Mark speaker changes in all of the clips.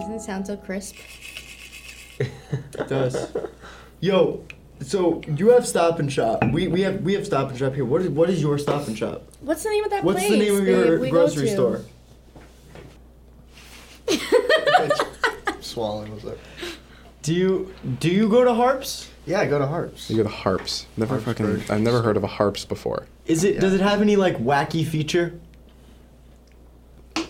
Speaker 1: doesn't sound so crisp.
Speaker 2: It does. Yo, so you have Stop and Shop. We we have we have Stop and Shop here. What is what is your Stop and Shop?
Speaker 1: What's the name of that
Speaker 2: What's
Speaker 1: place?
Speaker 2: the name of
Speaker 1: that
Speaker 2: your
Speaker 1: we go
Speaker 2: grocery
Speaker 1: to?
Speaker 2: store?
Speaker 3: Swallowing was like,
Speaker 2: Do you do you go to Harps?
Speaker 3: yeah, I go to Harps.
Speaker 4: You go to harps. Never
Speaker 3: Harps
Speaker 4: fucking.
Speaker 3: Bridge.
Speaker 4: I've never heard of a harps before.
Speaker 2: Is it does
Speaker 3: Yeah.
Speaker 2: it have any like wacky feature?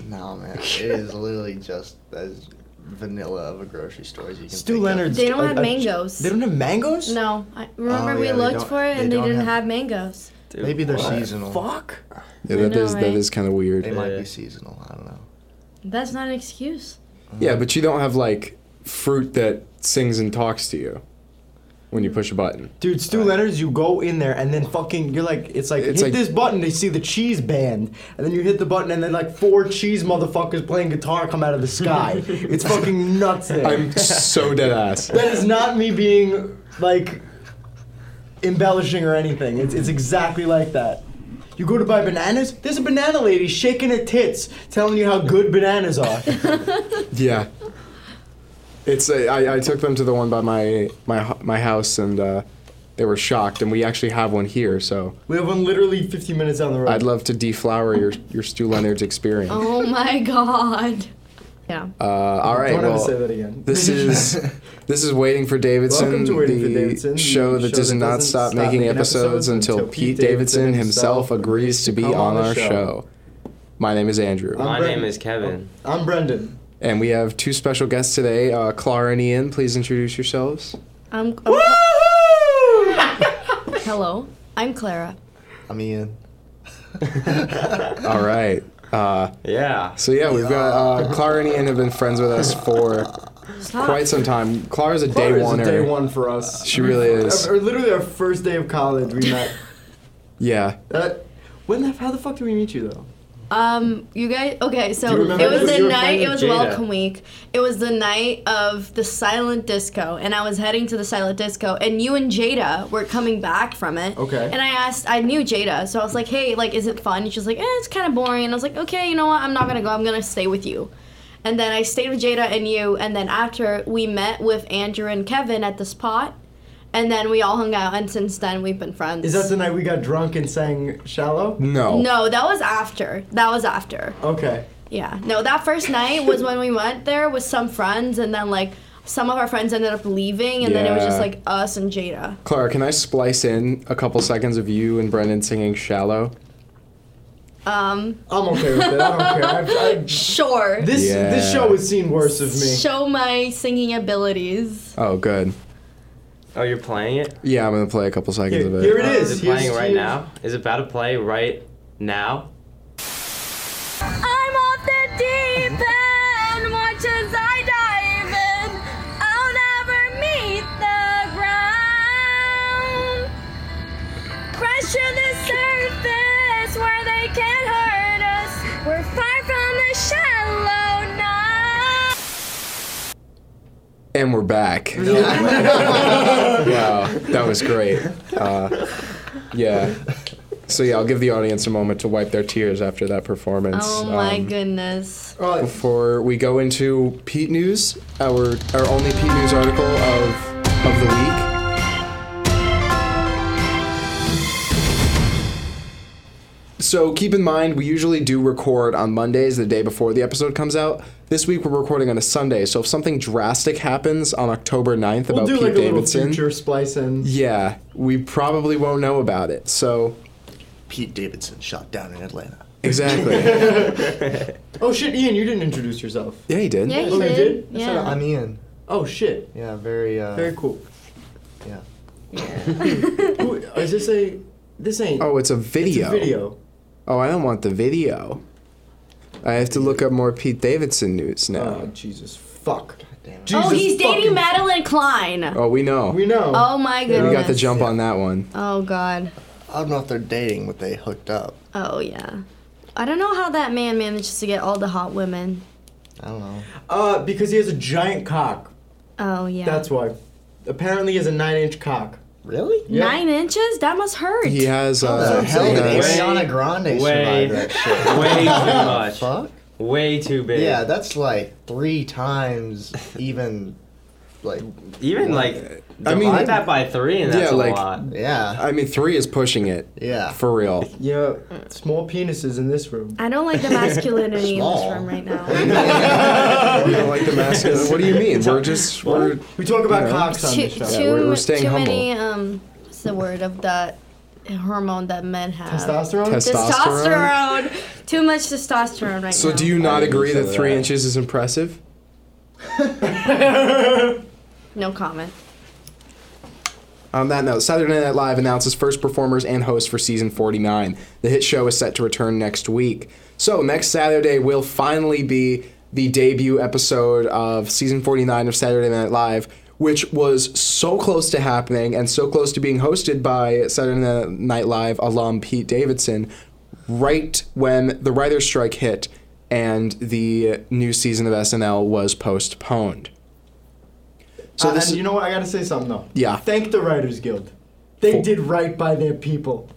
Speaker 3: No, man, it is literally just as vanilla of a grocery store as you can.
Speaker 2: Stu
Speaker 3: think of.
Speaker 2: Leonard's.
Speaker 1: They don't
Speaker 2: a-
Speaker 1: have
Speaker 2: a-
Speaker 1: mangoes.
Speaker 2: They don't have mangoes.
Speaker 1: No, I remember
Speaker 3: Oh,
Speaker 1: we
Speaker 3: yeah, they
Speaker 1: looked
Speaker 3: don't-
Speaker 1: for it
Speaker 3: they
Speaker 1: and they
Speaker 3: don't
Speaker 1: didn't have,
Speaker 3: have-
Speaker 1: mangoes.
Speaker 2: Dude,
Speaker 3: Maybe they're
Speaker 2: what the
Speaker 3: seasonal.
Speaker 2: Fuck.
Speaker 1: I
Speaker 4: Yeah, that is
Speaker 1: know, right?
Speaker 4: that is kind of weird.
Speaker 3: They might
Speaker 2: Yeah.
Speaker 3: be seasonal. I don't know.
Speaker 1: That's not an excuse.
Speaker 4: Yeah, but you don't have like fruit that sings and talks to you when you push a button.
Speaker 2: Dude, Stu Leonard's, you go in there and then fucking, you're like, it's like,
Speaker 4: It's
Speaker 2: hit
Speaker 4: like-
Speaker 2: this button, they see the cheese band. And then you hit the button, and then like four cheese motherfuckers playing guitar come out of the sky. it's fucking nuts there.
Speaker 4: I'm so dead ass.
Speaker 2: That is not me being like embellishing or anything. It's, it's exactly like that. You go to buy bananas, there's a banana lady shaking her tits, telling you how good bananas are.
Speaker 4: Yeah. It's a, I, I took them to the one by my my hu- my house and uh, they were shocked and we actually have one here so
Speaker 2: we have one literally 15 minutes down the road.
Speaker 4: I'd love to deflower your your Stu Leonard's experience.
Speaker 1: Oh my god. Yeah.
Speaker 4: Uh, all right,
Speaker 2: Don't ever
Speaker 4: well,
Speaker 2: say that again.
Speaker 4: this is this is waiting for Davidson,
Speaker 2: Welcome to Waiting
Speaker 4: the
Speaker 2: for Davidson, the
Speaker 4: show that
Speaker 2: show
Speaker 4: does
Speaker 2: that
Speaker 4: not
Speaker 2: doesn't
Speaker 4: stop making episodes until Pete Davidson himself agrees to be
Speaker 2: come
Speaker 4: on our show. My name is Andrew.
Speaker 5: My
Speaker 2: I'm
Speaker 5: name
Speaker 2: Brendan.
Speaker 5: is Kevin.
Speaker 2: I'm Brendan.
Speaker 4: And we have two special guests today, uh, Clara and Ian. Please introduce yourselves.
Speaker 1: I'm, I'm- hello. I'm Clara.
Speaker 3: I'm Ian.
Speaker 4: All right. Uh,
Speaker 5: Yeah.
Speaker 4: so yeah, we've got uh, Clara and Ian have been friends with us for
Speaker 1: Stop.
Speaker 4: quite some time. Clara's a day
Speaker 2: Clara is
Speaker 4: one.
Speaker 2: a day one for us.
Speaker 4: She really is.
Speaker 2: Or literally our first day of college, we met.
Speaker 4: Yeah.
Speaker 2: That, when the, how the fuck did we meet you though?
Speaker 1: Um, you guys. Okay, so
Speaker 2: Do you remember
Speaker 1: it was
Speaker 2: this?
Speaker 1: the
Speaker 2: You were
Speaker 1: night.
Speaker 5: friends
Speaker 1: It was
Speaker 5: with Jada.
Speaker 1: Welcome Week. It was the night of the silent disco, and I was heading to the silent disco, and you and Jada were coming back from it.
Speaker 2: Okay.
Speaker 1: And I asked, I knew Jada, so I was like, "Hey, like, is it fun?" And she was like, "Eh, it's kind of boring." And I was like, "Okay, you know what? I'm not gonna go. I'm gonna stay with you." And then I stayed with Jada and you, and then after we met with Andrew and Kevin at the spot, and then we all hung out, and since then we've been friends.
Speaker 2: Is that the night we got drunk and sang "Shallow"?
Speaker 4: No.
Speaker 1: no, that was after. That was after.
Speaker 2: Okay.
Speaker 1: Yeah. No, that first night was when we went there with some friends, and then like some of our friends ended up leaving, and then it was just
Speaker 4: Yeah.
Speaker 1: like us and Jada.
Speaker 4: Clara, can I splice in a couple seconds of you and Brendan singing "Shallow"?
Speaker 1: Um,
Speaker 2: I'm okay with it. I don't care. I, I,
Speaker 1: sure.
Speaker 2: this this
Speaker 4: Yeah.
Speaker 2: show has seen worse of me.
Speaker 1: Show my singing abilities.
Speaker 4: Oh, good.
Speaker 5: Oh, you're playing it?
Speaker 4: Yeah, I'm gonna play a couple seconds
Speaker 2: Here-
Speaker 4: of it.
Speaker 2: here it
Speaker 5: Oh,
Speaker 2: is.
Speaker 5: Is it
Speaker 2: Here's-
Speaker 5: playing right
Speaker 2: here's-
Speaker 5: now? Is it about to play right now?
Speaker 6: I'm off the deep end. Watch as I dive in. I'll never meet the ground. Crash to the surface where they can't hurt us. We're far from the shallow now.
Speaker 4: And we're back. wow, that was great. Uh, yeah. So yeah, I'll give the audience a moment to wipe their tears after that performance.
Speaker 1: Oh my
Speaker 4: Um,
Speaker 1: goodness.
Speaker 2: Alright,
Speaker 4: Before we go into Pete News, our our only Pete News article of of the week. So keep in mind, we usually do record on Mondays, the day before the episode comes out. This week we're recording on a Sunday, so if something drastic happens on October 9th
Speaker 2: we'll
Speaker 4: about
Speaker 2: do
Speaker 4: Pete
Speaker 2: like a little
Speaker 4: Davidson,
Speaker 2: future splice in.
Speaker 4: yeah, we probably won't know about it. So
Speaker 3: Pete Davidson shot down in Atlanta.
Speaker 4: exactly,
Speaker 2: Oh shit, Ian, you didn't introduce yourself.
Speaker 4: yeah, he did.
Speaker 1: Yeah, you
Speaker 2: Oh, you
Speaker 1: did.
Speaker 2: did? That's
Speaker 1: Yeah.
Speaker 3: I'm Ian.
Speaker 2: Oh shit,
Speaker 3: Yeah, very. Uh,
Speaker 2: very cool.
Speaker 3: Yeah.
Speaker 2: Who, is this a? This ain't.
Speaker 4: Oh, it's a
Speaker 2: it's
Speaker 4: video.
Speaker 2: a video.
Speaker 4: Oh, I don't want the video. I have to look up more Pete Davidson news
Speaker 2: Oh
Speaker 4: now.
Speaker 2: Jesus fuck.
Speaker 3: Damn it.
Speaker 1: oh,
Speaker 2: Jesus
Speaker 1: he's dating
Speaker 2: fucking-
Speaker 1: Madeline Klein.
Speaker 4: Oh, we know.
Speaker 2: We
Speaker 4: We,
Speaker 2: know.
Speaker 1: Oh my goodness.
Speaker 4: got the jump on that one.
Speaker 1: Oh god.
Speaker 3: I don't know if they're dating, but they hooked up.
Speaker 1: Oh yeah. I don't know how that man manages to get all the hot women.
Speaker 3: I don't know.
Speaker 2: Uh, because he has a giant cock.
Speaker 1: Oh yeah.
Speaker 2: That's why. Apparently, he has a nine-inch cock.
Speaker 3: Really?
Speaker 2: Yeah.
Speaker 1: Nine inches? That must hurt.
Speaker 4: He has. Uh,
Speaker 3: The hell
Speaker 4: he
Speaker 3: did
Speaker 4: has-
Speaker 5: Wait,
Speaker 3: Ariana
Speaker 5: wait.
Speaker 3: Grande survive that shit?
Speaker 5: Way too much.
Speaker 3: Fuck.
Speaker 5: Way too big.
Speaker 3: Yeah, that's like three times even, like,
Speaker 5: Even like
Speaker 4: I
Speaker 5: I
Speaker 4: mean-
Speaker 5: mean, divide that by three, and that's a
Speaker 4: Yeah, like-
Speaker 5: lot.
Speaker 3: yeah,
Speaker 4: I mean, three is pushing it
Speaker 3: yeah.
Speaker 4: for real.
Speaker 2: Yeah, small penises in this room.
Speaker 1: I don't like the masculinity in this
Speaker 3: Small.
Speaker 1: room right now.
Speaker 4: We don't like the masculine. What do you mean? We're just we're
Speaker 2: We talk about
Speaker 4: Yeah.
Speaker 2: cocks on
Speaker 1: too
Speaker 2: this
Speaker 1: too,
Speaker 2: show.
Speaker 4: we're- we're staying
Speaker 1: too
Speaker 4: humble.
Speaker 1: many um what's the word of that hormone that men have?
Speaker 2: Testosterone.
Speaker 4: Test-
Speaker 1: Testosterone.
Speaker 4: Testosterone.
Speaker 1: Too much testosterone right now.
Speaker 4: So do you not agree that
Speaker 3: so
Speaker 4: three
Speaker 3: that.
Speaker 4: inches is impressive?
Speaker 1: No comment.
Speaker 4: On that note, Saturday Night Live announces first performers and hosts for season 49. The hit show is set to return next week. So, next Saturday will finally be the debut episode of season 49 of Saturday Night Live, which was so close to happening and so close to being hosted by Saturday Night Live alum Pete Davidson right when the writer's strike hit and the new season of SNL was postponed. So
Speaker 2: Uh,
Speaker 4: this
Speaker 2: and
Speaker 4: is-
Speaker 2: you know what? I gotta say something though.
Speaker 4: Yeah.
Speaker 2: Thank the Writers Guild. They
Speaker 4: For-
Speaker 2: did right by their people.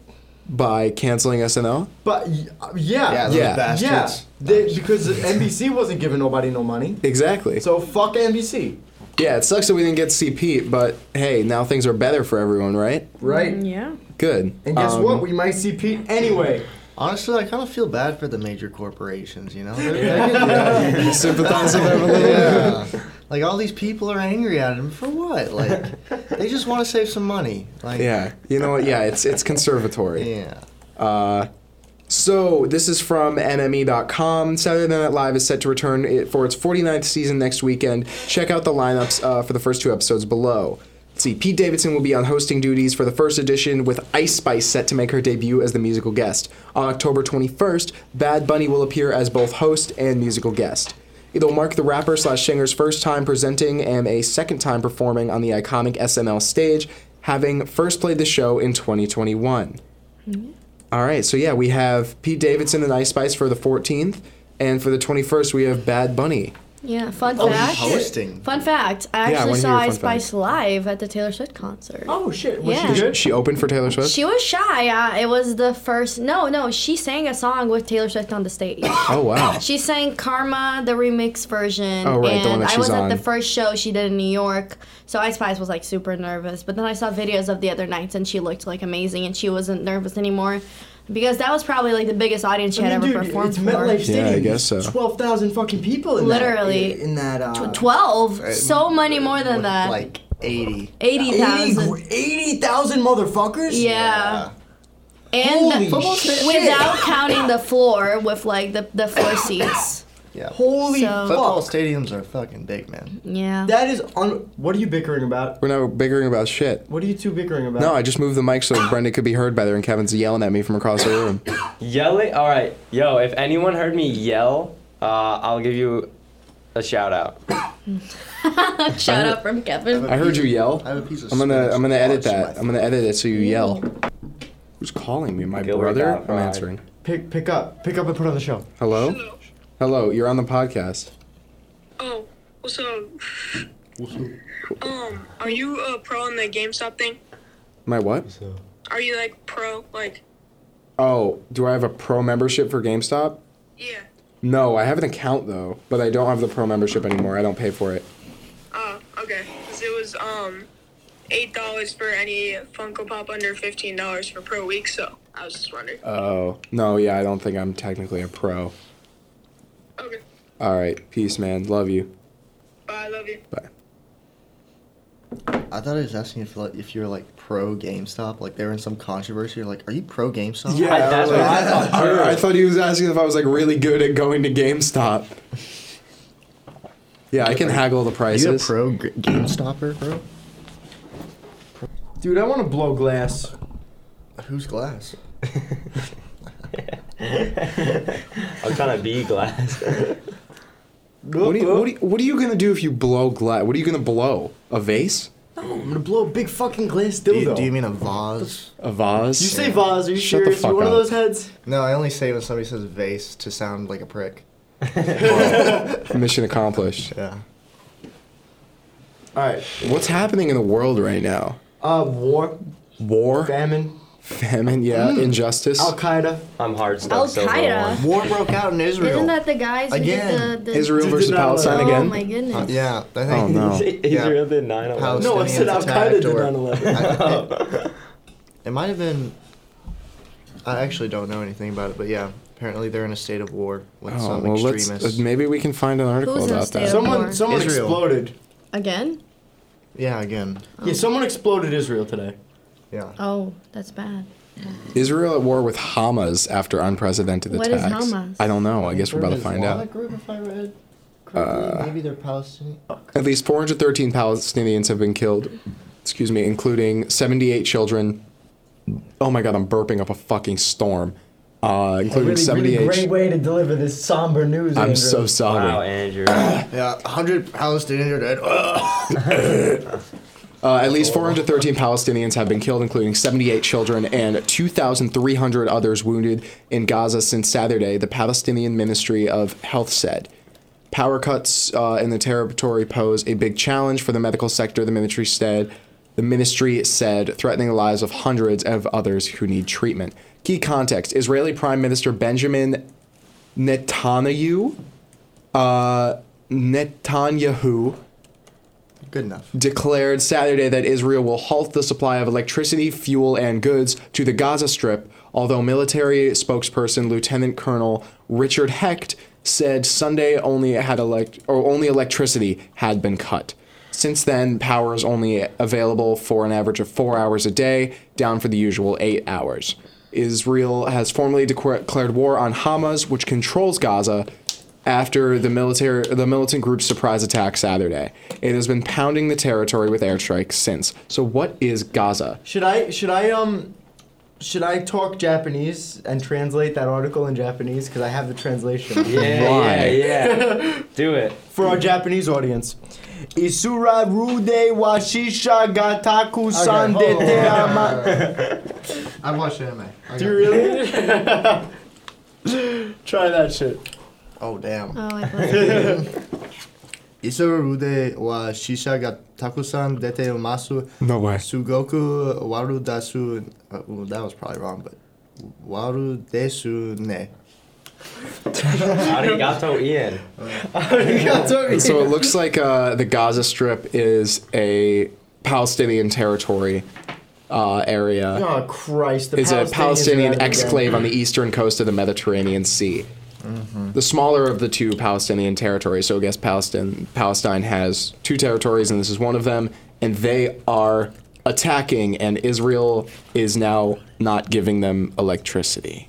Speaker 4: by canceling SNL?
Speaker 2: But y- uh, yeah,
Speaker 3: Yeah,
Speaker 2: yeah,
Speaker 3: those
Speaker 4: Yeah.
Speaker 2: yeah.
Speaker 3: bastards.
Speaker 2: They, because NBC wasn't giving nobody no money.
Speaker 4: Exactly.
Speaker 2: So fuck NBC.
Speaker 4: Yeah, it sucks that we didn't get to see Pete, but hey, now things are better for everyone, right?
Speaker 2: Right.
Speaker 1: Mm, Yeah.
Speaker 4: Good.
Speaker 2: And guess
Speaker 4: Um,
Speaker 2: what? We might see Pete anyway.
Speaker 3: Honestly, I kind of feel bad for the major corporations, you know? They're, they're getting-
Speaker 4: You sympathize with them a little bit.
Speaker 3: yeah. Like, all these people are angry at him for what? Like, they just want to save some money. Like,
Speaker 4: Um, Yeah. You know what? Yeah, it's it's conservatory.
Speaker 3: Yeah.
Speaker 4: Uh, so this is from NME.com. Saturday Night Live is set to return it for its 49th season next weekend. Check out the lineups uh, for the first two episodes below. Let's see, Pete Davidson will be on hosting duties for the first edition, with Ice Spice set to make her debut as the musical guest. On October 21st, Bad Bunny will appear as both host and musical guest. It'll mark the rapper slash singer's first time presenting and a second time performing on the iconic SNL stage, having first played the show in 2021. All right, so yeah, we have Pete Davidson and Ice Spice for the 14th, and for the 21st, we have Bad Bunny.
Speaker 1: Yeah. Fun
Speaker 2: Oh,
Speaker 1: fact.
Speaker 3: Hosting.
Speaker 1: Fun fact.
Speaker 4: I
Speaker 1: I actually
Speaker 4: wanna hear
Speaker 1: saw
Speaker 4: your
Speaker 1: Ice
Speaker 4: fun fact.
Speaker 1: Spice live at the Taylor Swift concert.
Speaker 2: Oh shit. Was
Speaker 1: Yeah.
Speaker 2: she good?
Speaker 4: She opened for Taylor Swift?
Speaker 1: She was shy. Uh, it was the first. No, no. She sang a song with Taylor Swift on the stage.
Speaker 4: oh, wow.
Speaker 1: She sang Karma, the remix version.
Speaker 4: Oh, right,
Speaker 1: and
Speaker 4: the one that
Speaker 1: I
Speaker 4: she's
Speaker 1: was
Speaker 4: on.
Speaker 1: at the first show she did in New York. So Ice Spice was like super nervous. But then I saw videos of the other nights and she looked like amazing and she wasn't nervous anymore. Because that was probably like the biggest audience she
Speaker 2: I
Speaker 1: had
Speaker 2: mean,
Speaker 1: ever
Speaker 2: dude,
Speaker 1: performed
Speaker 2: it's
Speaker 1: for.
Speaker 2: MetLife Stadium.
Speaker 4: I guess so.
Speaker 2: Twelve thousand fucking people in
Speaker 1: Literally.
Speaker 2: that. in that. Uh,
Speaker 1: 12. so many more than
Speaker 3: With,
Speaker 1: that.
Speaker 3: Like, 80.
Speaker 1: 80,000.
Speaker 2: 80 80,000 motherfuckers.
Speaker 1: yeah. And
Speaker 2: Holy
Speaker 1: the-
Speaker 2: shit.
Speaker 1: without counting the floor with like the, the floor seats.
Speaker 3: Yeah.
Speaker 2: Holy
Speaker 1: So-
Speaker 3: Football
Speaker 2: fuck.
Speaker 3: stadiums are fucking big, man.
Speaker 1: Yeah.
Speaker 2: That is un. What are you bickering about?
Speaker 4: We're not bickering about shit.
Speaker 2: What are you two bickering about?
Speaker 4: No, I just moved the mic so Brendan could be heard better, and Kevin's yelling at me from across the room.
Speaker 5: Yelling. All right, yo. If anyone heard me yell, uh, I'll give you a shout out.
Speaker 1: Shout out from Kevin.
Speaker 4: I heard you yell.
Speaker 3: I have a piece of
Speaker 4: I'm gonna
Speaker 3: spinach
Speaker 4: I'm gonna edit
Speaker 3: lodged in my
Speaker 4: that. I'm gonna edit it so you yell. Who's calling me? My
Speaker 5: Gilbert
Speaker 4: brother?
Speaker 5: got
Speaker 4: I'm
Speaker 5: fried.
Speaker 4: answering.
Speaker 2: Pick pick up. Pick up and put on the show.
Speaker 4: Hello? Hello, you're on the podcast.
Speaker 7: Oh, what's up? Um, are you a pro in the GameStop thing?
Speaker 4: My what?
Speaker 7: Are you like pro? Like,
Speaker 4: Oh, do I have a pro membership for GameStop?
Speaker 7: yeah.
Speaker 4: No, I have an account though, but I don't have the pro membership anymore. I don't pay for it.
Speaker 7: Oh, okay. 'Cause it was um eight dollars for any Funko Pop under fifteen dollars for pro week. So I was just wondering.
Speaker 4: Oh, no, yeah, I don't think I'm technically a pro.
Speaker 7: okay.
Speaker 4: All right, peace, man. Love you.
Speaker 7: Bye. I love you.
Speaker 3: I thought I was asking if like, if you were like pro GameStop, like they were in some controversy. You're like, are you pro GameStop?
Speaker 4: Yeah,
Speaker 5: I- that's
Speaker 4: like-
Speaker 5: what I thought.
Speaker 4: I, I thought he was asking if I was like really good at going to GameStop. Yeah, I can haggle the
Speaker 3: Are you a
Speaker 4: prices.
Speaker 3: pro g- GameStopper, bro?
Speaker 2: Dude, I want to blow glass.
Speaker 3: Who's glass?
Speaker 5: I'm trying to be glass.
Speaker 4: What are, you, what, are you, what are you gonna do if you blow glass? What are you gonna blow? A vase?
Speaker 2: I'm gonna blow a big fucking glass
Speaker 3: Do you,
Speaker 2: dildo.
Speaker 3: do you mean a vase?
Speaker 4: A vase?
Speaker 2: You say vase? Are you
Speaker 4: Shut the
Speaker 2: serious?
Speaker 4: fuck
Speaker 2: you one
Speaker 4: up.
Speaker 2: of those heads?
Speaker 3: No, I only say when somebody says vase to sound like a prick.
Speaker 4: Mission accomplished.
Speaker 3: Yeah.
Speaker 2: All right.
Speaker 4: What's happening in the world right now?
Speaker 2: Uh, war,
Speaker 4: War,
Speaker 2: famine,
Speaker 4: Famine, yeah. Injustice.
Speaker 2: Al Qaeda.
Speaker 5: I'm hard stuck.
Speaker 1: Al
Speaker 5: so don't
Speaker 1: Qaeda.
Speaker 5: worry.
Speaker 3: Hmm. War broke out in Israel.
Speaker 1: Isn't that the guys who
Speaker 3: Again,
Speaker 1: did the, the
Speaker 4: Israel
Speaker 2: Did
Speaker 4: versus
Speaker 2: not allow-
Speaker 4: Palestine
Speaker 1: Oh
Speaker 4: again.
Speaker 1: my goodness.
Speaker 3: Uh, yeah. I think
Speaker 4: Oh, no.
Speaker 5: Israel did 9
Speaker 3: Palestinians
Speaker 2: No, I said Al Qaeda
Speaker 3: attacked
Speaker 2: did
Speaker 3: or-
Speaker 2: 9 11.
Speaker 3: I- it, it might have been. I actually don't know anything about it, but yeah, apparently they're in a state of war with
Speaker 4: Oh,
Speaker 3: some
Speaker 4: well, let's,
Speaker 3: extremists.
Speaker 4: uh, maybe we can find an article
Speaker 1: Who's in a
Speaker 4: about
Speaker 1: state
Speaker 4: that.
Speaker 1: of-
Speaker 2: Someone, someone
Speaker 3: Israel.
Speaker 2: exploded.
Speaker 1: Again?
Speaker 3: yeah, again.
Speaker 4: Um,
Speaker 2: Yeah, someone exploded Israel today.
Speaker 3: Yeah.
Speaker 1: Oh, that's bad.
Speaker 4: Israel at war with Hamas after unprecedented
Speaker 1: What is
Speaker 4: attacks.
Speaker 1: Hamas?
Speaker 4: I don't know. I guess we're about to find out.
Speaker 3: Group, if I read correctly, maybe they're Palestinian.
Speaker 4: Uh, At least 413 Palestinians have been killed, excuse me, including 78 children. Oh my god, I'm burping up a fucking storm. Uh, including 78.
Speaker 2: way to deliver this somber news.
Speaker 4: I'm so sorry.
Speaker 5: Wow, Andrew.
Speaker 3: Yeah, 100 Palestinians are dead.
Speaker 4: Uh, at least 413 Palestinians have been killed, including 78 children and 2,300 others wounded in Gaza since Saturday, the Palestinian Ministry of Health said. Power cuts uh, in the territory pose a big challenge for the medical sector, the ministry said. The ministry said, threatening the lives of hundreds of others who need treatment. Key context Israeli Prime Minister Benjamin Netanyahu, uh, Netanyahu,
Speaker 3: Good enough.
Speaker 4: declared Saturday that Israel will halt the supply of electricity, fuel, and goods to the Gaza Strip, although military spokesperson Lieutenant Colonel Richard Hecht said Sunday only had elect or only electricity had been cut. Since then, power is only available for an average of four hours a day, down for the usual eight hours. Israel has formally decla- declared war on Hamas, which controls Gaza, after the military the militant group's surprise attack Saturday. It has been pounding the territory with airstrikes since. So what is Gaza?
Speaker 2: Should I should I um should I talk Japanese and translate that article in Japanese because I have the translation
Speaker 5: Yeah,
Speaker 4: Why?
Speaker 5: yeah, yeah. Do it.
Speaker 2: for our Japanese audience. Isura rude washisha gataku san de te ama.
Speaker 3: I've watched anime. I
Speaker 2: Do you
Speaker 3: got-
Speaker 2: really? Try that shit.
Speaker 3: Oh, damn.
Speaker 1: Oh, I thought.
Speaker 3: Isarude wa shisha ga takusan dete umasu
Speaker 4: No way.
Speaker 3: sugoku waru dasu. Uh, well, that was probably wrong, but waru desu ne.
Speaker 5: Arigato, Ian.
Speaker 4: So it looks like uh, the Gaza Strip is a Palestinian territory uh, area.
Speaker 2: Oh Christ! The
Speaker 4: is
Speaker 2: Palestinians
Speaker 4: a
Speaker 2: are
Speaker 4: Palestinian
Speaker 2: at it again.
Speaker 4: exclave on the eastern coast of the Mediterranean Sea.
Speaker 2: Mm-hmm.
Speaker 4: The smaller of the two Palestinian territories. So I guess Palestine Palestine has two territories, and this is one of them. And they are attacking, and Israel is now not giving them electricity.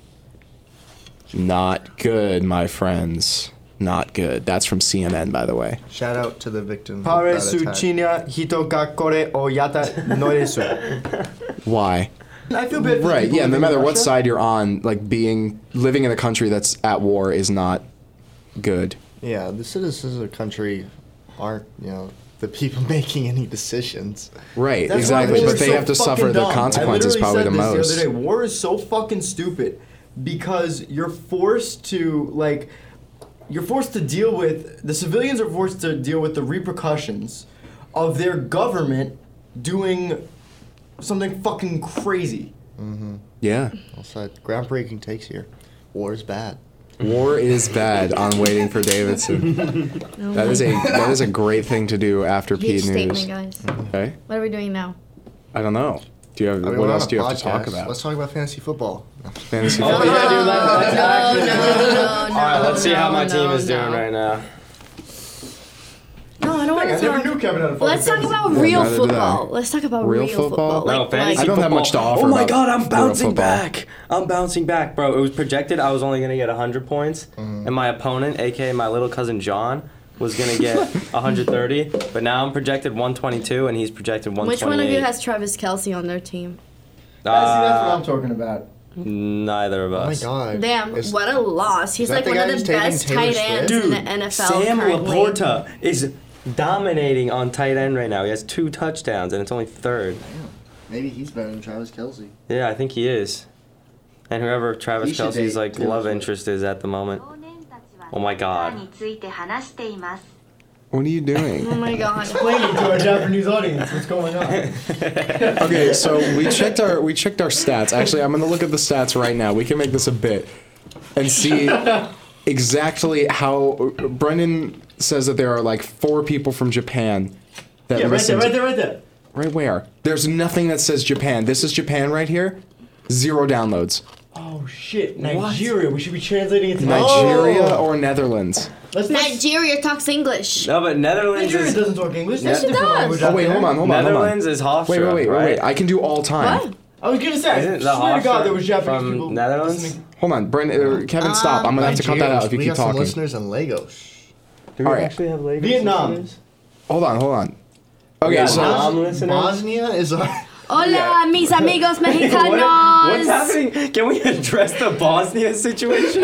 Speaker 4: Not good, my friends. Not good. That's from CNN, by the way.
Speaker 3: Shout out to the victims. of that
Speaker 2: Paresu
Speaker 3: attack.
Speaker 2: chinya hito ga kore o yata no desu.
Speaker 4: Why?
Speaker 2: I feel bad. For the
Speaker 4: Right.
Speaker 2: people
Speaker 4: Yeah. No
Speaker 2: living in
Speaker 4: matter what
Speaker 2: Russia.
Speaker 4: side you're on, like being living in a country that's at war is not good.
Speaker 3: Yeah, the citizens of the country aren't, you know, the people making any decisions.
Speaker 4: Right,
Speaker 2: That's why
Speaker 4: exactly.
Speaker 2: war
Speaker 4: But
Speaker 2: is
Speaker 4: they
Speaker 2: so
Speaker 4: have to suffer
Speaker 2: fucking
Speaker 4: the
Speaker 2: dumb.
Speaker 4: consequences
Speaker 2: I literally
Speaker 4: probably
Speaker 2: said this
Speaker 4: the most.
Speaker 2: The other day, war is so fucking stupid because you're forced to like, you're forced to deal with the civilians are forced to deal with the repercussions of their government doing something fucking crazy.
Speaker 4: yeah.
Speaker 3: Also, Mm-hmm. groundbreaking takes here. War is bad.
Speaker 4: War is bad on waiting for Davidson. That is a that is a great thing to do after P
Speaker 1: Huge
Speaker 4: news.
Speaker 1: statement, guys.
Speaker 4: Okay.
Speaker 1: What are we doing now?
Speaker 4: I don't know. Do you have
Speaker 3: I mean,
Speaker 4: what
Speaker 3: we're
Speaker 4: else
Speaker 3: on a
Speaker 4: do you have to talk
Speaker 3: podcast.
Speaker 4: about?
Speaker 3: Let's talk about fantasy football.
Speaker 4: Fantasy
Speaker 5: Oh,
Speaker 4: football.
Speaker 5: yeah, dude, let- let's
Speaker 1: No, no, no, no.
Speaker 5: All right, let's see how my
Speaker 1: no,
Speaker 5: team is
Speaker 1: no.
Speaker 5: doing right now.
Speaker 1: No, I don't want
Speaker 2: I
Speaker 1: to
Speaker 2: never
Speaker 1: talk.
Speaker 2: knew Kevin had a fucking
Speaker 1: Let's talk about
Speaker 4: Yeah,
Speaker 1: real
Speaker 4: neither did I.
Speaker 1: football. Let's talk about
Speaker 4: Real
Speaker 1: real,
Speaker 4: football?
Speaker 1: football.
Speaker 5: No,
Speaker 1: Like,
Speaker 5: fantasy
Speaker 4: I
Speaker 1: like
Speaker 4: don't have much to
Speaker 5: football.
Speaker 4: offer
Speaker 5: Oh my
Speaker 4: about
Speaker 5: god, I'm
Speaker 4: real
Speaker 5: bouncing
Speaker 4: football.
Speaker 5: back. I'm bouncing back, bro. It was projected I was only gonna get 100 points,
Speaker 4: Mm-hmm.
Speaker 5: and my opponent, aka my little cousin John, was gonna get 130. But now I'm projected 122, and he's projected 128.
Speaker 1: which one of you has Travis Kelsey on their team?
Speaker 2: That's, that's what
Speaker 5: Uh,
Speaker 2: I'm talking about.
Speaker 5: neither of
Speaker 3: Oh my
Speaker 5: us.
Speaker 3: god.
Speaker 1: Damn,
Speaker 3: It's-
Speaker 1: what a loss. He's
Speaker 3: that
Speaker 1: like
Speaker 3: the
Speaker 1: one
Speaker 3: guy
Speaker 1: of
Speaker 3: who's
Speaker 1: the
Speaker 3: taking
Speaker 1: best
Speaker 3: Taylor
Speaker 1: tight
Speaker 3: Swift?
Speaker 1: ends in the NFL
Speaker 5: Sam
Speaker 1: currently.
Speaker 5: Laporta is dominating on tight end right now. He has two touchdowns, and it's only third.
Speaker 3: Maybe he's better than Travis Kelsey.
Speaker 5: Yeah, I think he is. And whoever
Speaker 3: He
Speaker 5: Travis
Speaker 3: should
Speaker 5: Kelsey's
Speaker 3: date
Speaker 5: like
Speaker 3: Taylor
Speaker 5: love
Speaker 3: Swift.
Speaker 5: Oh interest is at the moment.
Speaker 8: Oh my god.
Speaker 4: What are you doing?
Speaker 1: Oh my god.
Speaker 2: Explain it to our Japanese audience. What's going on?
Speaker 4: Okay, so we checked our we checked our stats. Actually, I'm gonna look at the stats right now. We can make this a bit and see exactly how Brendan says that there are like four people from Japan that
Speaker 2: Yeah, right there,
Speaker 4: listen.
Speaker 2: right there, right there.
Speaker 4: right where? There's nothing that says Japan. This is Japan right here. Zero downloads.
Speaker 2: Oh shit, Nigeria. We should be translating it to
Speaker 4: Nigeria
Speaker 2: Oh.
Speaker 4: or Netherlands.
Speaker 2: Let's not-
Speaker 1: Nigeria talks English.
Speaker 5: No, but Netherlands
Speaker 2: Nigeria
Speaker 5: is
Speaker 2: doesn't talk English. That's
Speaker 1: she
Speaker 2: a different
Speaker 1: does.
Speaker 2: language
Speaker 4: Oh
Speaker 2: out
Speaker 4: wait,
Speaker 2: there.
Speaker 4: hold on, hold on, hold on.
Speaker 5: Netherlands is Hofstra.
Speaker 4: Wait, wait, wait, wait,
Speaker 5: right?
Speaker 4: wait. I can do all time.
Speaker 1: What?
Speaker 2: I was gonna say.
Speaker 5: Isn't
Speaker 2: I
Speaker 5: it the
Speaker 2: swear to God, there was
Speaker 5: Hofstra
Speaker 2: Japanese
Speaker 5: from
Speaker 2: people.
Speaker 5: Netherlands?
Speaker 2: listening. Ah.
Speaker 4: Hold on, Brendan, er, Kevin, stop. I'm gonna have to cut that out if you
Speaker 3: we
Speaker 4: keep
Speaker 3: got some
Speaker 4: talking.
Speaker 3: listeners in Lagos.
Speaker 5: Do we
Speaker 4: All right.
Speaker 5: actually have Lagos?
Speaker 2: Vietnam.
Speaker 5: listeners?
Speaker 4: Hold on, hold on. Okay,
Speaker 5: Yeah,
Speaker 4: so
Speaker 5: Nam
Speaker 3: Bos-
Speaker 5: listeners?
Speaker 3: Bosnia is our.
Speaker 1: Hola,
Speaker 4: Yeah.
Speaker 1: mis amigos mexicanos.
Speaker 5: What- what's happening? Can we address the Bosnia situation?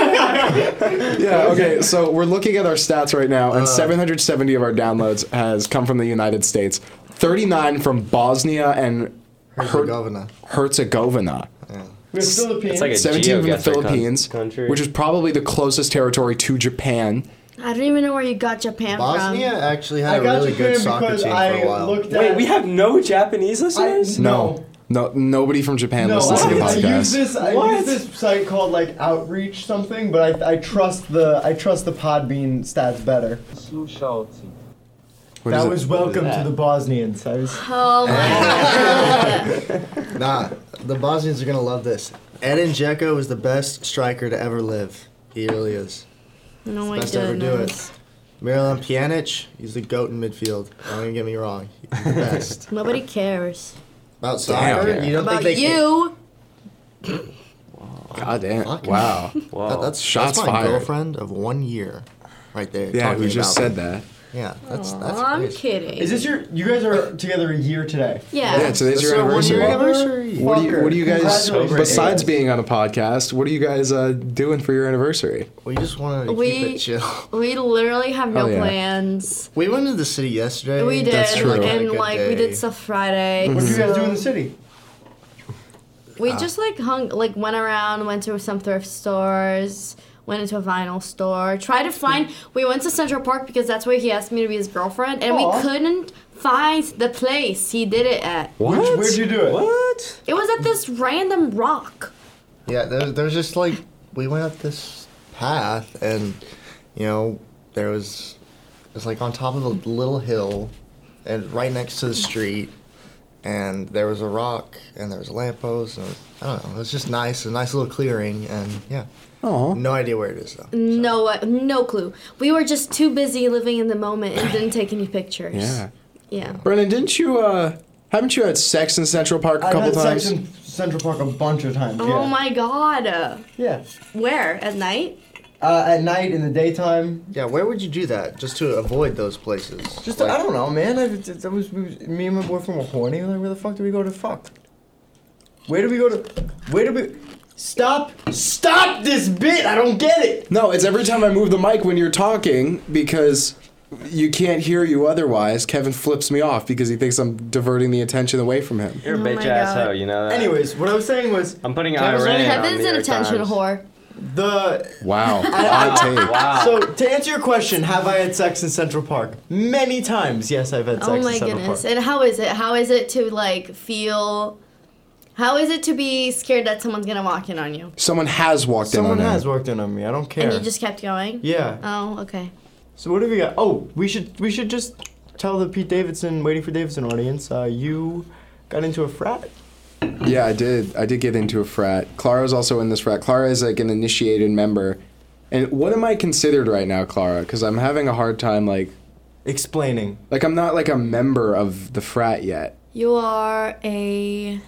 Speaker 4: Yeah,
Speaker 3: Uh.
Speaker 4: okay, so we're looking at our stats right now, and 770 of our downloads has come from the United States, 39 from Bosnia and
Speaker 3: Herzegovina.
Speaker 4: Herzegovina,
Speaker 2: We have Philippines.
Speaker 5: like a-
Speaker 4: 17 from the
Speaker 5: geographic coun-
Speaker 4: Philippines,
Speaker 5: country.
Speaker 4: which is probably the closest territory to Japan.
Speaker 1: I don't even know where you got Japan
Speaker 3: Bosnia
Speaker 1: from.
Speaker 3: actually
Speaker 2: I
Speaker 3: had a
Speaker 2: got
Speaker 3: really
Speaker 2: Japan
Speaker 3: good soccer
Speaker 2: because
Speaker 3: team for
Speaker 2: I
Speaker 3: a while.
Speaker 2: looked at.
Speaker 5: Wait, we have no Japanese
Speaker 2: I,
Speaker 5: listeners?
Speaker 2: no.
Speaker 4: No, nobody from Japan
Speaker 2: No,
Speaker 4: listens to the
Speaker 2: I, I use
Speaker 4: podcast.
Speaker 2: this. I
Speaker 5: What?
Speaker 2: use this site called like Outreach something, but I, I trust the I trust the Podbean stats better.
Speaker 4: What is
Speaker 2: that
Speaker 4: it? Ah.
Speaker 2: was welcome to the Bosnians. I was
Speaker 1: Oh my god.
Speaker 3: Nah, the Bosnians are gonna love this. Edin Dzeko is the best striker to ever live. He really is.
Speaker 1: No, my
Speaker 3: Best to ever do
Speaker 1: goodness.
Speaker 3: it. Miralem Pjanic, he's the goat in midfield. Don't even get me wrong. He's the best.
Speaker 1: Nobody cares.
Speaker 3: About soccer,
Speaker 4: Damn.
Speaker 3: you don't
Speaker 1: About
Speaker 3: think they
Speaker 1: you.
Speaker 4: God damn.
Speaker 3: Fuck.
Speaker 4: Wow.
Speaker 5: Whoa.
Speaker 3: That, that's
Speaker 4: Shots
Speaker 3: that's my
Speaker 4: fired.
Speaker 3: girlfriend of one year, right there.
Speaker 4: Yeah,
Speaker 3: talking
Speaker 4: we just
Speaker 3: about
Speaker 4: said that.
Speaker 3: me. Yeah, that's that's.
Speaker 1: Oh, I'm
Speaker 3: crazy.
Speaker 1: kidding.
Speaker 2: Is this your? You guys are together a year today.
Speaker 1: Yeah.
Speaker 4: Yeah,
Speaker 3: That's
Speaker 4: today's your
Speaker 3: our
Speaker 4: anniversary.
Speaker 3: one-year anniversary.
Speaker 4: What do you What do you guys
Speaker 2: Congratulations.
Speaker 4: besides being on a podcast? What are you guys uh, doing for your anniversary?
Speaker 3: We just wanted to
Speaker 1: We-
Speaker 3: keep it chill.
Speaker 1: we literally have no
Speaker 2: Oh,
Speaker 4: Hell yeah.
Speaker 1: plans.
Speaker 3: We went to the city yesterday.
Speaker 1: We did,
Speaker 4: That's true.
Speaker 3: had a
Speaker 1: and
Speaker 3: good
Speaker 1: like we
Speaker 3: day.
Speaker 1: did stuff Friday.
Speaker 2: What do you guys do in
Speaker 1: so-
Speaker 2: the city?
Speaker 1: We just like hung, like went around, went to some thrift stores, went into a vinyl store, tried to find. We went to Central Park because that's where he asked me to be his girlfriend, and
Speaker 2: Aw.
Speaker 1: we couldn't find the place he did it at.
Speaker 5: What?
Speaker 2: Which- where'd you do it?
Speaker 5: What?
Speaker 1: It was at this random rock.
Speaker 3: Yeah, there, there was just like we went up this path, and you know there was it was like on top of a little hill, and right next to the street, and there was a rock, and there was a lamppost, and I don't know, it was just nice, a nice little clearing, and yeah,
Speaker 4: Oh,
Speaker 3: no idea where it is though.
Speaker 1: No, uh, no clue. We were just too busy living in the moment and didn't take any pictures.
Speaker 4: yeah.
Speaker 1: Yeah.
Speaker 4: Brennan, didn't you? uh Haven't you had sex in Central Park a
Speaker 2: I've
Speaker 4: couple
Speaker 2: had
Speaker 4: times?
Speaker 2: sex in Central Park a bunch of times.
Speaker 1: Oh
Speaker 2: yeah.
Speaker 1: my god. Uh,
Speaker 2: Yeah.
Speaker 1: where at night?
Speaker 2: Uh, at night, in the daytime.
Speaker 3: Yeah, where would you do that just to avoid those places?
Speaker 2: Just
Speaker 3: Like,
Speaker 2: I don't know, man. I, it, it was, we was- me and my boyfriend were horny. Like, where the fuck do we go to fuck? Where do we go to? Where do we? Stop! Stop this bit! I don't get it.
Speaker 4: No, it's every time I move the mic when you're talking because you can't hear you otherwise. Kevin flips me off because he thinks I'm diverting the attention away from him.
Speaker 5: You're a
Speaker 1: Oh my
Speaker 5: bitch ass
Speaker 1: God.
Speaker 5: hoe, you know that?
Speaker 2: Anyways, what I was saying was
Speaker 5: Uh, I'm putting
Speaker 2: Kevin's
Speaker 5: Iran
Speaker 2: only-
Speaker 5: on
Speaker 1: Kevin's
Speaker 5: the
Speaker 1: an
Speaker 5: New York
Speaker 1: attention
Speaker 5: Times.
Speaker 1: whore.
Speaker 2: the
Speaker 4: Wow. Hot take.
Speaker 5: Wow.
Speaker 2: So to answer your question, have I had sex in Central Park? Many times, yes, I've had sex
Speaker 1: Oh
Speaker 2: in
Speaker 1: my
Speaker 2: Central
Speaker 1: goodness.
Speaker 2: Park.
Speaker 1: And how is it? How is it to like feel how is it to be scared that someme's gonna walk in on you?
Speaker 4: Someone has walked
Speaker 2: Someone
Speaker 4: in on
Speaker 2: has
Speaker 4: him.
Speaker 2: worked in on me. I don't care.
Speaker 1: And you just kept going?
Speaker 2: yeah.
Speaker 1: Oh, okay.
Speaker 2: so what do we got? Oh, we should we should just tell the Pete Davidson, waiting for Davidson audience. Uh, you got into a frat.
Speaker 4: Yeah, I did. I did get into a frat. Clara's also in this frat. Clara is like an initiated member. And what am I considered right now, Clara? Because I'm having a hard time. Like,
Speaker 2: Explaining.
Speaker 4: like I'm not like a member of the frat yet.
Speaker 1: You are a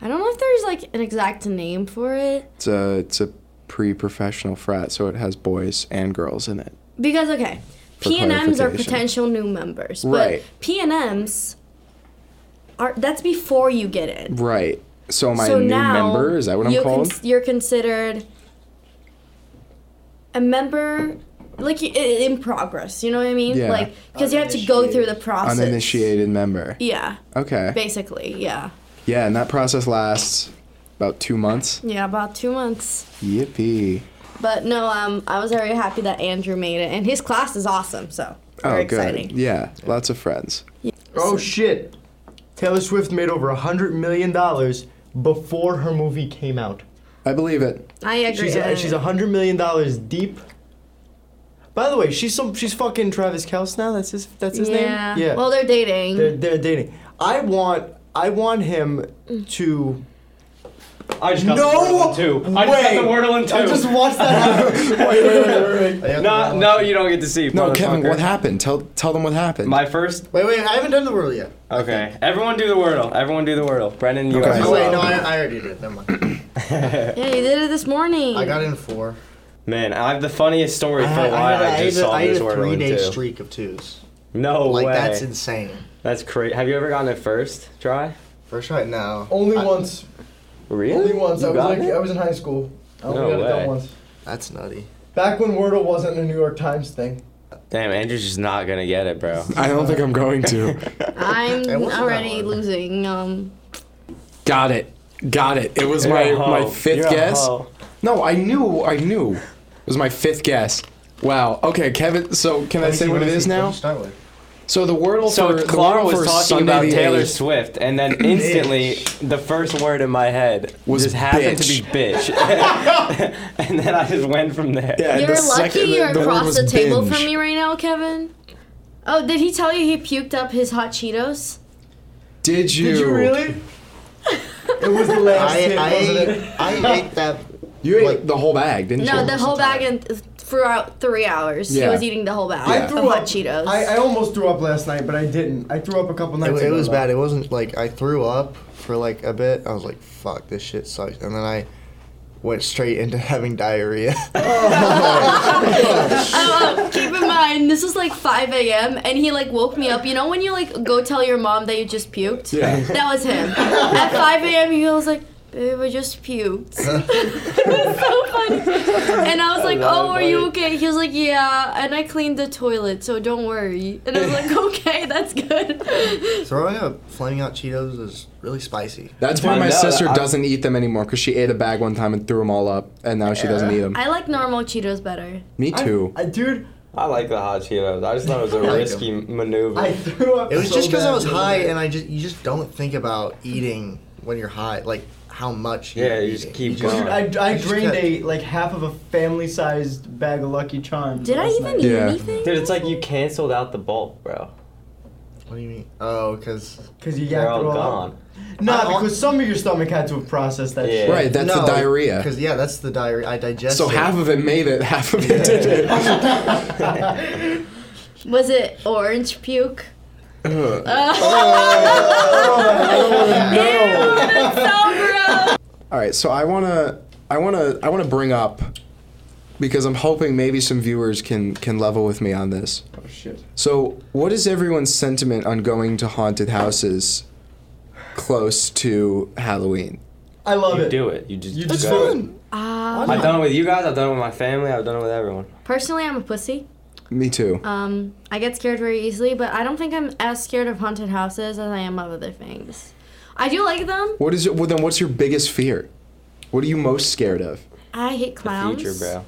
Speaker 1: I don't know if there's like an exact name for it.
Speaker 4: It's a it's a pre-professional frat, so it has boys and girls in it.
Speaker 1: Because okay. P and M's are
Speaker 4: clarification.
Speaker 1: potential new members. But
Speaker 4: Right.
Speaker 1: P and M's are that's before you get in.
Speaker 4: Right. So am I
Speaker 1: so
Speaker 4: a new
Speaker 1: now
Speaker 4: member? Is that what I'm
Speaker 1: you
Speaker 4: called?
Speaker 1: cons- you're considered a member, like i- i- in progress. You know what I mean?
Speaker 4: Yeah.
Speaker 1: Like because you have to go through the process.
Speaker 4: Uninitiated member.
Speaker 1: Yeah,
Speaker 4: Okay.
Speaker 1: basically. Yeah.
Speaker 4: Yeah, and that process lasts about two months.
Speaker 1: Yeah, about two months.
Speaker 4: Yippee.
Speaker 1: But no, um, I was very happy that Andrew made it, and his class is awesome. So very
Speaker 4: oh, good.
Speaker 1: exciting.
Speaker 4: Yeah, lots of friends.
Speaker 2: Oh shit! Taylor Swift made over a hundred million dollars before her movie came out.
Speaker 4: I believe it.
Speaker 1: I agree.
Speaker 2: She's a, she's a hundred million dollars deep. By the way, she's some she's fucking Travis Kelce now. That's his that's his
Speaker 1: yeah.
Speaker 2: name. Yeah.
Speaker 1: Well, they're dating.
Speaker 2: they're they're dating. I want I want him to.
Speaker 5: I just got
Speaker 2: No
Speaker 5: the Wordle in two. I just got the Wordle in two.
Speaker 2: I just watched that happen. wait, wait, wait, wait, wait.
Speaker 5: no, no, you don't get to see.
Speaker 4: No, Kevin,
Speaker 5: motherfucker.
Speaker 4: what happened? Tell tell them what happened.
Speaker 5: My first.
Speaker 3: Wait, wait, I haven't done the world yet.
Speaker 5: Okay, everyone do the Wordle. Everyone do the Wordle. Brendan, you.
Speaker 4: Okay.
Speaker 5: are-
Speaker 3: Oh, wait, no, I, I already did. Never mind.
Speaker 1: yeah, you did it this morning.
Speaker 3: I got in four.
Speaker 5: Man, I have the funniest story
Speaker 3: I,
Speaker 5: for
Speaker 3: had- I
Speaker 5: why
Speaker 3: had a-
Speaker 5: I,
Speaker 3: I
Speaker 5: just
Speaker 3: had a-
Speaker 5: saw
Speaker 3: I had
Speaker 5: this
Speaker 3: a
Speaker 5: Wordle in
Speaker 3: three-day
Speaker 5: two.
Speaker 3: streak of twos.
Speaker 5: No
Speaker 3: Like,
Speaker 5: way.
Speaker 3: that's insane.
Speaker 5: That's crazy. Have you ever gotten it first try?
Speaker 3: First try, no.
Speaker 2: Only
Speaker 3: I-
Speaker 2: once.
Speaker 5: Really?
Speaker 2: Only once.
Speaker 5: You
Speaker 2: I was
Speaker 5: got
Speaker 2: like
Speaker 5: it?
Speaker 2: I was in high school. I only
Speaker 5: No
Speaker 2: got it done
Speaker 5: way.
Speaker 2: once.
Speaker 3: That's nutty.
Speaker 2: Back when Wordle wasn't a New York Times thing.
Speaker 5: Damn, Andrew's just not gonna get it, bro.
Speaker 4: I don't think I'm going to.
Speaker 1: I'm
Speaker 3: It wasn't that
Speaker 1: already
Speaker 3: hard.
Speaker 1: losing. Um,
Speaker 4: Got it. Got it. It was
Speaker 5: You're
Speaker 4: my
Speaker 5: a hoe.
Speaker 4: my 5th
Speaker 5: You're a
Speaker 4: guess.
Speaker 5: hoe.
Speaker 4: No, I knew. I knew. It was my fifth guess. Wow. Okay, Kevin. So can I
Speaker 3: Let me
Speaker 4: say
Speaker 3: see,
Speaker 4: what
Speaker 3: let
Speaker 4: it
Speaker 3: me
Speaker 4: is
Speaker 3: see, what
Speaker 4: now?
Speaker 3: you start with.
Speaker 4: So the Wordle
Speaker 5: So
Speaker 4: for the
Speaker 5: Clara
Speaker 4: Wordle
Speaker 5: was
Speaker 4: for
Speaker 5: talking
Speaker 4: Sunday
Speaker 5: about
Speaker 4: the
Speaker 5: Taylor
Speaker 4: 8th.
Speaker 5: Swift, and then instantly the first word in my head
Speaker 4: Was
Speaker 5: just happened to be bitch, and then I just went from there.
Speaker 4: Yeah, and
Speaker 1: you're
Speaker 4: the
Speaker 1: lucky
Speaker 4: second- the-
Speaker 1: you're
Speaker 4: the word
Speaker 1: across
Speaker 4: was
Speaker 1: the table
Speaker 4: binge.
Speaker 1: from me right now, Kevin. Oh, did he tell you he puked up his hot Cheetos?
Speaker 4: Did you?
Speaker 2: Did you really? it was the last
Speaker 3: I,
Speaker 2: hit, wasn't it?
Speaker 3: I, I ate that.
Speaker 4: You ate
Speaker 3: Like-
Speaker 4: the whole bag, didn't you?
Speaker 1: No, the whole bag and throughout three hours,
Speaker 4: Yeah.
Speaker 1: he was eating the whole bag
Speaker 2: I
Speaker 1: of
Speaker 2: threw
Speaker 1: hot
Speaker 2: up.
Speaker 1: Cheetos.
Speaker 2: I, I almost threw up last night, but I didn't. I threw up a couple
Speaker 3: It,
Speaker 2: nights.
Speaker 3: it
Speaker 2: ago,
Speaker 3: was
Speaker 2: though.
Speaker 3: bad. It wasn't like I threw up for like a bit. I was like, "Fuck, this shit sucks," and then I went straight into having diarrhea.
Speaker 1: Oh, oh, keep in mind, this was like 5 a.m. and he like woke me up. You know when you like go tell your mom that you just puked?
Speaker 4: Yeah.
Speaker 1: That was him. At 5 a.m. he was like, babe, I just puked. it was so funny. And I was like, oh, are you okay? He was like, yeah. And I cleaned the toilet, so don't worry. And I was like, okay, that's good.
Speaker 3: Throwing up flaming out Cheetos is really spicy.
Speaker 4: That's why
Speaker 5: I
Speaker 4: my
Speaker 5: know
Speaker 4: sister
Speaker 5: that. I-
Speaker 4: doesn't eat them anymore because she ate a bag one time and threw them all up, and now she doesn't eat them.
Speaker 1: I like normal Cheetos better.
Speaker 4: Me
Speaker 2: I-
Speaker 4: too.
Speaker 2: I, dude,
Speaker 5: I like the hot Cheetos. I just thought it was a
Speaker 3: like
Speaker 5: risky maneuver.
Speaker 2: I threw up.
Speaker 3: It was
Speaker 2: so
Speaker 3: just because I
Speaker 2: bad
Speaker 3: was
Speaker 2: the other
Speaker 3: high,
Speaker 2: day.
Speaker 3: and I just you just don't think about eating when you're high, like how much.
Speaker 5: yeah,
Speaker 3: you're
Speaker 5: you just
Speaker 3: eating.
Speaker 5: keep
Speaker 2: Dude,
Speaker 5: going.
Speaker 2: I, I
Speaker 3: just
Speaker 2: drained
Speaker 3: cut.
Speaker 2: a like half of a family-sized bag of Lucky Charms.
Speaker 1: Did I
Speaker 2: last
Speaker 1: even
Speaker 2: night.
Speaker 1: eat
Speaker 4: Yeah.
Speaker 1: anything?
Speaker 5: Dude, it's like you canceled out the bulk, bro.
Speaker 3: What do you mean? Oh, because
Speaker 2: Because you
Speaker 5: They're
Speaker 2: yacked
Speaker 5: all
Speaker 2: it all
Speaker 5: gone.
Speaker 2: Up. Nah,
Speaker 3: I-
Speaker 2: because some of your stomach had to have processed that
Speaker 5: Yeah.
Speaker 2: shit.
Speaker 4: right, that's the diarrhea.
Speaker 3: Because yeah, that's the diarrhea. I digested.
Speaker 4: So half of it made it, half of it didn't.
Speaker 1: Was it orange puke?
Speaker 4: Uh. All right, so I wanna, I wanna, I wanna bring up because I'm hoping maybe some viewers can can level with me on this.
Speaker 2: Oh shit.
Speaker 4: So, what is everyone's sentiment on going to haunted houses close to Halloween?
Speaker 2: I love
Speaker 5: You
Speaker 2: it.
Speaker 5: do it. You just,
Speaker 2: You
Speaker 5: just
Speaker 2: just
Speaker 5: go.
Speaker 2: do it.
Speaker 1: Um,
Speaker 5: I've done it with you guys. I've done it with my family. I've done it with everyone.
Speaker 1: personally, I'm a pussy.
Speaker 4: Me too.
Speaker 1: Um, I get scared very easily, but I don't think I'm as scared of haunted houses as I am of other things. I do like them.
Speaker 4: What is it? Well, then, what's your biggest fear? What are you most scared of?
Speaker 1: I hate clowns.
Speaker 5: Future, bro.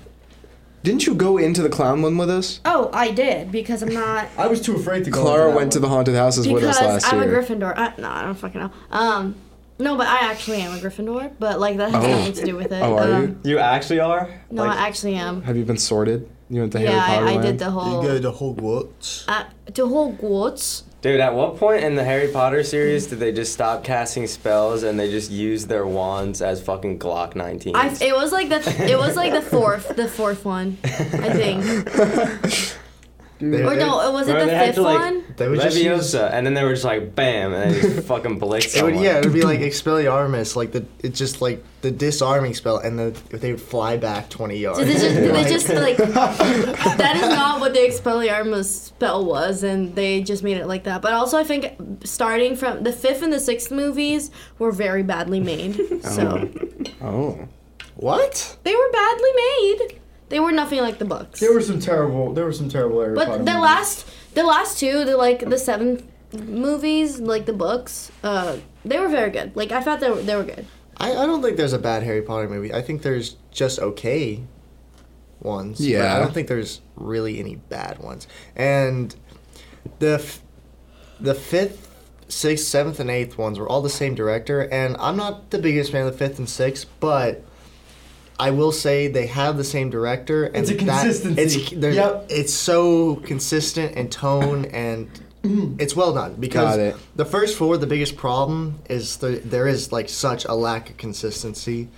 Speaker 4: Didn't you go into the clown one with us?
Speaker 1: Oh, I did because I'm not
Speaker 2: I was too afraid to go.
Speaker 4: Clara
Speaker 2: into that
Speaker 4: went to the
Speaker 2: one.
Speaker 4: haunted houses with us
Speaker 1: because
Speaker 4: last
Speaker 1: I'm a
Speaker 4: year.
Speaker 1: Gryffindor. I, no, I don't fucking know. Um, no, but I actually am a Gryffindor. But like that has
Speaker 4: Oh.
Speaker 1: nothing to do with it.
Speaker 4: Oh, are
Speaker 1: um,
Speaker 4: you?
Speaker 5: You actually are.
Speaker 1: No,
Speaker 5: Like,
Speaker 1: I actually am.
Speaker 4: Have you been sorted? You went to Harry
Speaker 1: yeah,
Speaker 4: Potter
Speaker 1: I, I
Speaker 4: land?
Speaker 1: did the
Speaker 3: You
Speaker 1: whole
Speaker 3: go to Hogwarts.
Speaker 1: uh, the whole Hogwarts.
Speaker 5: Dude, at what point in the Harry Potter series did they just stop casting spells and they just use their wands as fucking Glock 19s?
Speaker 1: I, it was like the it was like the fourth the fourth one, I think.
Speaker 3: They,
Speaker 1: Or
Speaker 3: they-
Speaker 1: no, was it
Speaker 5: Bro,
Speaker 1: the
Speaker 5: they had
Speaker 1: fifth
Speaker 5: to, like,
Speaker 1: one?
Speaker 3: They would just
Speaker 5: Leviosa,
Speaker 3: use-
Speaker 5: and then they were just like, bam, and they just fucking blitzed
Speaker 3: It would,
Speaker 5: someone.
Speaker 3: yeah, it would be like Expelliarmus, like the it just like the disarming spell, and the if they would fly back twenty yards.
Speaker 1: Did they just, did they
Speaker 3: Like,
Speaker 1: just like that is not what the Expelliarmus spell was, and they just made it like that. But also, I think starting from the fifth and the sixth movies were very badly made. So
Speaker 4: Oh.
Speaker 3: what?
Speaker 1: they were badly made. They were nothing like the books.
Speaker 2: There were some terrible. There were some terrible Harry Potter.
Speaker 1: but the
Speaker 2: movies.
Speaker 1: last, the last two, the like the seventh movies, like the books, uh, they were very good. Like I thought they were, they were good.
Speaker 3: I, I don't think there's a bad Harry Potter movie. I think there's just okay ones. But
Speaker 4: Yeah.
Speaker 3: I don't think there's really any bad ones. And the f- the fifth, sixth, seventh, and eighth ones were all the same director. And I'm not the biggest fan of the fifth and sixth, but I will say they have the same director. And
Speaker 2: It's a
Speaker 3: that- it's
Speaker 2: consistency.
Speaker 3: they're-
Speaker 2: Yep.
Speaker 3: it's so consistent in tone and. It's well done because
Speaker 4: Got it.
Speaker 3: the first four, the biggest problem is there, there is like such a lack of consistency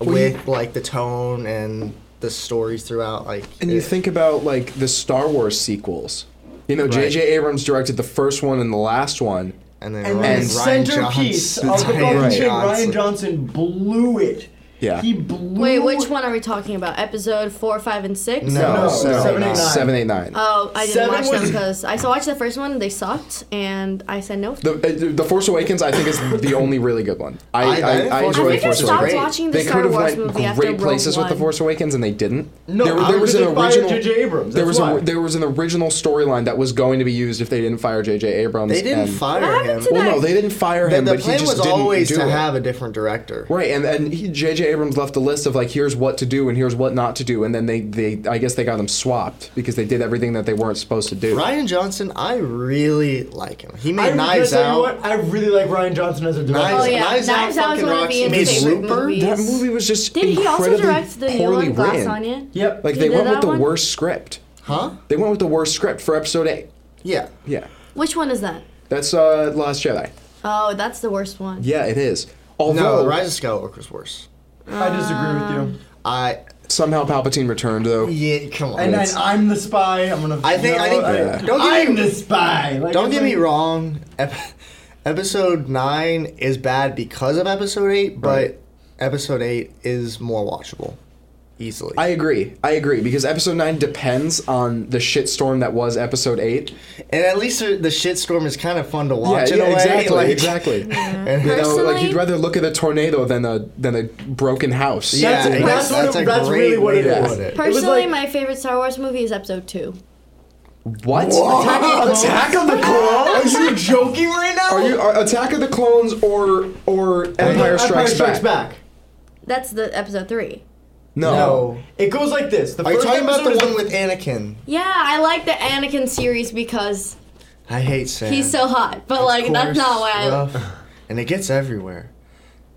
Speaker 3: with like the tone and the stories throughout. Like,
Speaker 4: And you
Speaker 2: Eh.
Speaker 3: it-
Speaker 4: think about like the Star Wars sequels. You know, J.J. Abrams directed the first one and the last one.
Speaker 3: and then,
Speaker 2: And
Speaker 3: Ryan,
Speaker 2: the
Speaker 3: Ryan
Speaker 2: centerpiece
Speaker 3: Johnson,
Speaker 2: of the
Speaker 3: Ryan
Speaker 2: fucking shit, Ryan
Speaker 3: Johnson.
Speaker 2: Johnson blew it.
Speaker 4: Yeah.
Speaker 2: He blew
Speaker 1: Wait, which one are we talking about? Episode four, five, and six?
Speaker 3: No.
Speaker 2: No,
Speaker 3: seven,
Speaker 2: seven, eight,
Speaker 3: eight,
Speaker 2: nine.
Speaker 4: Seven, eight, nine.
Speaker 1: Oh, I didn't
Speaker 2: Seven
Speaker 1: watch them
Speaker 2: was-
Speaker 1: because I saw watched the first one. They sucked, and I said no.
Speaker 4: The, uh, the Force Awakens, I think, is the only really good one. I,
Speaker 3: I- I
Speaker 4: I,
Speaker 3: think
Speaker 4: I,
Speaker 3: Force
Speaker 1: I
Speaker 4: enjoyed
Speaker 1: think I
Speaker 4: Force
Speaker 3: was
Speaker 1: stopped
Speaker 3: great.
Speaker 4: Awakens.
Speaker 1: watching the
Speaker 4: They
Speaker 1: Star
Speaker 4: could have
Speaker 1: Wars
Speaker 4: went
Speaker 1: movie after
Speaker 4: great
Speaker 1: Rogue
Speaker 4: places
Speaker 1: One.
Speaker 4: with the Force Awakens, and they didn't.
Speaker 2: No,
Speaker 4: there,
Speaker 2: I was
Speaker 4: there was an
Speaker 2: gonna fire
Speaker 4: original.
Speaker 2: J.J. Abrams,
Speaker 4: There
Speaker 2: that's
Speaker 4: was
Speaker 2: why.
Speaker 4: a, there was an original storyline that was going to be used if they didn't fire J.J. Abrams.
Speaker 3: They didn't
Speaker 4: and-
Speaker 3: fire
Speaker 1: What
Speaker 3: him.
Speaker 1: happened to
Speaker 4: Well, no, they didn't fire him,
Speaker 3: the
Speaker 4: but he
Speaker 3: plan
Speaker 4: just
Speaker 3: was
Speaker 4: didn't
Speaker 3: always
Speaker 4: do
Speaker 3: to
Speaker 4: it.
Speaker 3: have a different director.
Speaker 4: Right, and and he- J.J. Abrams left a list of like, here's what to do and here's what not to do, and then they they I guess they got them swapped because they did everything that they weren't supposed to do.
Speaker 3: Ryan Johnson, I really like him. He
Speaker 2: I,
Speaker 3: made
Speaker 2: can I
Speaker 3: Knives
Speaker 2: tell you
Speaker 3: Out.
Speaker 2: what? I really like Ryan Johnson as a director.
Speaker 3: Knives-
Speaker 1: Oh yeah,
Speaker 3: Knives
Speaker 1: Knives,
Speaker 3: Out
Speaker 1: Out was
Speaker 3: fucking
Speaker 1: one of
Speaker 3: rocks.
Speaker 1: Ian's
Speaker 3: Made
Speaker 1: favorite
Speaker 3: Looper?
Speaker 1: movies.
Speaker 4: That movie was just
Speaker 1: Did he also
Speaker 4: incredibly
Speaker 1: direct the new
Speaker 4: poorly
Speaker 1: one, Glass
Speaker 4: written.
Speaker 1: Onion?
Speaker 2: Yep.
Speaker 4: Like
Speaker 1: He
Speaker 4: they
Speaker 1: did
Speaker 4: went with
Speaker 1: that
Speaker 4: the
Speaker 1: one?
Speaker 4: worst script.
Speaker 3: Huh?
Speaker 4: They went with the worst script for episode eight.
Speaker 3: Yeah.
Speaker 4: Yeah,
Speaker 1: Which one is that?
Speaker 4: that's uh Last Jedi.
Speaker 1: Oh, that's the worst one.
Speaker 4: Yeah, it is. Although
Speaker 3: No, Rise of Skywalker's worse.
Speaker 2: I disagree with you.
Speaker 3: I
Speaker 4: somehow Palpatine returned though.
Speaker 3: yeah, come on.
Speaker 2: And then
Speaker 3: it's-
Speaker 2: I'm the spy. I'm gonna.
Speaker 3: I think- I think- don't get
Speaker 2: I'm
Speaker 3: me-
Speaker 2: the spy. Like,
Speaker 3: Don't
Speaker 2: it's
Speaker 3: get
Speaker 2: like-
Speaker 3: me wrong. Ep- episode nine is bad because of episode eight, but episode eight is more watchable, easily.
Speaker 4: I agree. I agree because episode nine depends on the shitstorm that was episode eight.
Speaker 3: and at least the, the shitstorm is kind of fun to watch in a way.
Speaker 4: exactly,
Speaker 3: like-
Speaker 4: exactly.
Speaker 3: And, you know,
Speaker 4: No, like
Speaker 1: Personally-
Speaker 4: you'd rather look at a tornado than a than a broken house.
Speaker 3: yeah,
Speaker 2: That's, that's,
Speaker 3: yeah, that's
Speaker 2: what
Speaker 3: a
Speaker 2: it, that's
Speaker 3: great
Speaker 2: really what
Speaker 3: way
Speaker 2: it
Speaker 3: to
Speaker 2: is.
Speaker 3: put it.
Speaker 2: It was
Speaker 1: Personally,
Speaker 2: like-
Speaker 1: my favorite Star Wars movie is Episode Two.
Speaker 4: What?
Speaker 2: Attack of the Clones? Are you joking right now?
Speaker 4: Are you are Attack of the Clones or or Empire, Strikes, Back?
Speaker 1: That's the Episode Three.
Speaker 4: No.
Speaker 3: No.
Speaker 2: It goes like this. The
Speaker 3: Are you
Speaker 2: first
Speaker 3: talking about the
Speaker 2: episode
Speaker 3: one
Speaker 2: is-
Speaker 3: with Anakin?
Speaker 1: Yeah, I like the Anakin series because
Speaker 3: I hate Sam.
Speaker 1: he's so hot, but like that's not why I.
Speaker 3: and it gets everywhere.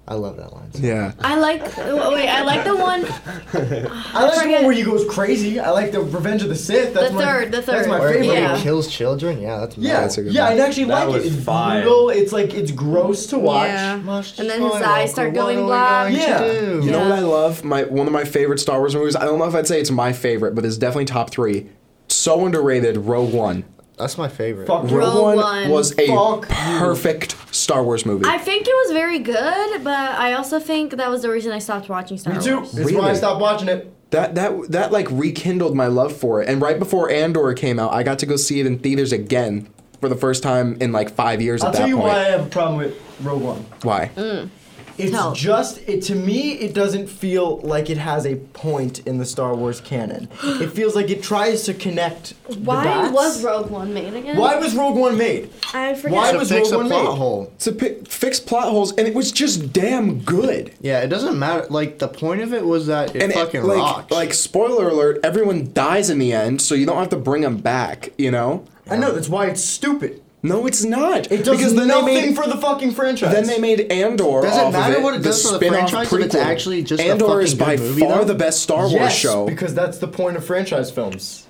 Speaker 3: I love that line.
Speaker 4: Yeah.
Speaker 1: I like wait, I like the one
Speaker 2: I like the
Speaker 1: forget-
Speaker 2: one where he goes crazy. I like the Revenge of the Sith. That's
Speaker 1: The
Speaker 2: my,
Speaker 1: third, the
Speaker 2: That's
Speaker 1: third.
Speaker 2: my
Speaker 3: Where,
Speaker 2: favorite.
Speaker 3: where
Speaker 1: Yeah.
Speaker 3: he kills children? Yeah, that's
Speaker 2: Yeah,
Speaker 4: That's a good
Speaker 2: yeah,
Speaker 4: one.
Speaker 2: I actually
Speaker 5: That
Speaker 2: like it.
Speaker 5: was
Speaker 2: It's
Speaker 5: fire.
Speaker 2: brutal. It's like it's gross to watch.
Speaker 1: Yeah.
Speaker 3: Must
Speaker 1: And then his
Speaker 3: Skywalker,
Speaker 1: eyes start going
Speaker 3: what are we going
Speaker 2: black.
Speaker 3: to
Speaker 2: Yeah.
Speaker 3: do?
Speaker 4: You know
Speaker 1: Yeah.
Speaker 4: what I love? My one of my favorite Star Wars movies. I don't know if I'd say it's my favorite, but it's definitely top three. So underrated. Rogue One.
Speaker 3: That's my favorite.
Speaker 2: Fuck
Speaker 4: Rogue,
Speaker 1: Rogue
Speaker 4: One,
Speaker 1: One.
Speaker 4: was a
Speaker 2: Fuck you.
Speaker 4: perfect Star Wars movie.
Speaker 1: I think it was very good, but I also think that was the reason I stopped watching Star
Speaker 2: Me too.
Speaker 1: Wars.
Speaker 2: It's why I
Speaker 4: Really?
Speaker 2: stopped watching it.
Speaker 4: that that that like rekindled my love for it. And right before Andor came out, I got to go see it in theaters again for the first time in like five years.
Speaker 2: I'll
Speaker 4: at that
Speaker 2: tell you
Speaker 4: point.
Speaker 2: why I have a problem with Rogue One.
Speaker 4: Why?
Speaker 2: It's
Speaker 1: Mm. Tell.
Speaker 2: just it to me. It doesn't feel like it has a point in the Star Wars canon. It feels like it tries to connect. the
Speaker 1: Why
Speaker 2: dots.
Speaker 1: was Rogue One made again?
Speaker 2: Why was Rogue One made?
Speaker 1: I forget.
Speaker 2: why
Speaker 3: to
Speaker 2: was
Speaker 3: fix
Speaker 2: Rogue
Speaker 3: a
Speaker 2: One
Speaker 3: plot
Speaker 2: made?
Speaker 3: hole.
Speaker 4: to pi- fix plot holes, and it was just damn good.
Speaker 3: Yeah, it doesn't matter. Like the point of it was that it
Speaker 4: And it-
Speaker 3: fucking
Speaker 4: like,
Speaker 3: rocked.
Speaker 4: like spoiler alert, everyone dies in the end, so you don't have to bring them back. You know?
Speaker 2: I know that's why it's stupid.
Speaker 4: No, it's not.
Speaker 2: It does
Speaker 4: because then
Speaker 2: nothing
Speaker 4: they made,
Speaker 2: for the fucking franchise.
Speaker 4: Then they made Andor.
Speaker 3: Does it
Speaker 4: off of
Speaker 3: matter what it
Speaker 4: the
Speaker 3: does for the
Speaker 4: spin-off
Speaker 3: franchise if it's
Speaker 4: prequel.
Speaker 3: actually just a
Speaker 4: Andor is
Speaker 3: fucking
Speaker 4: by
Speaker 3: good movie,
Speaker 4: far
Speaker 3: though?
Speaker 4: the best Star Wars
Speaker 2: yes,
Speaker 4: show,
Speaker 2: because that's the point of franchise films.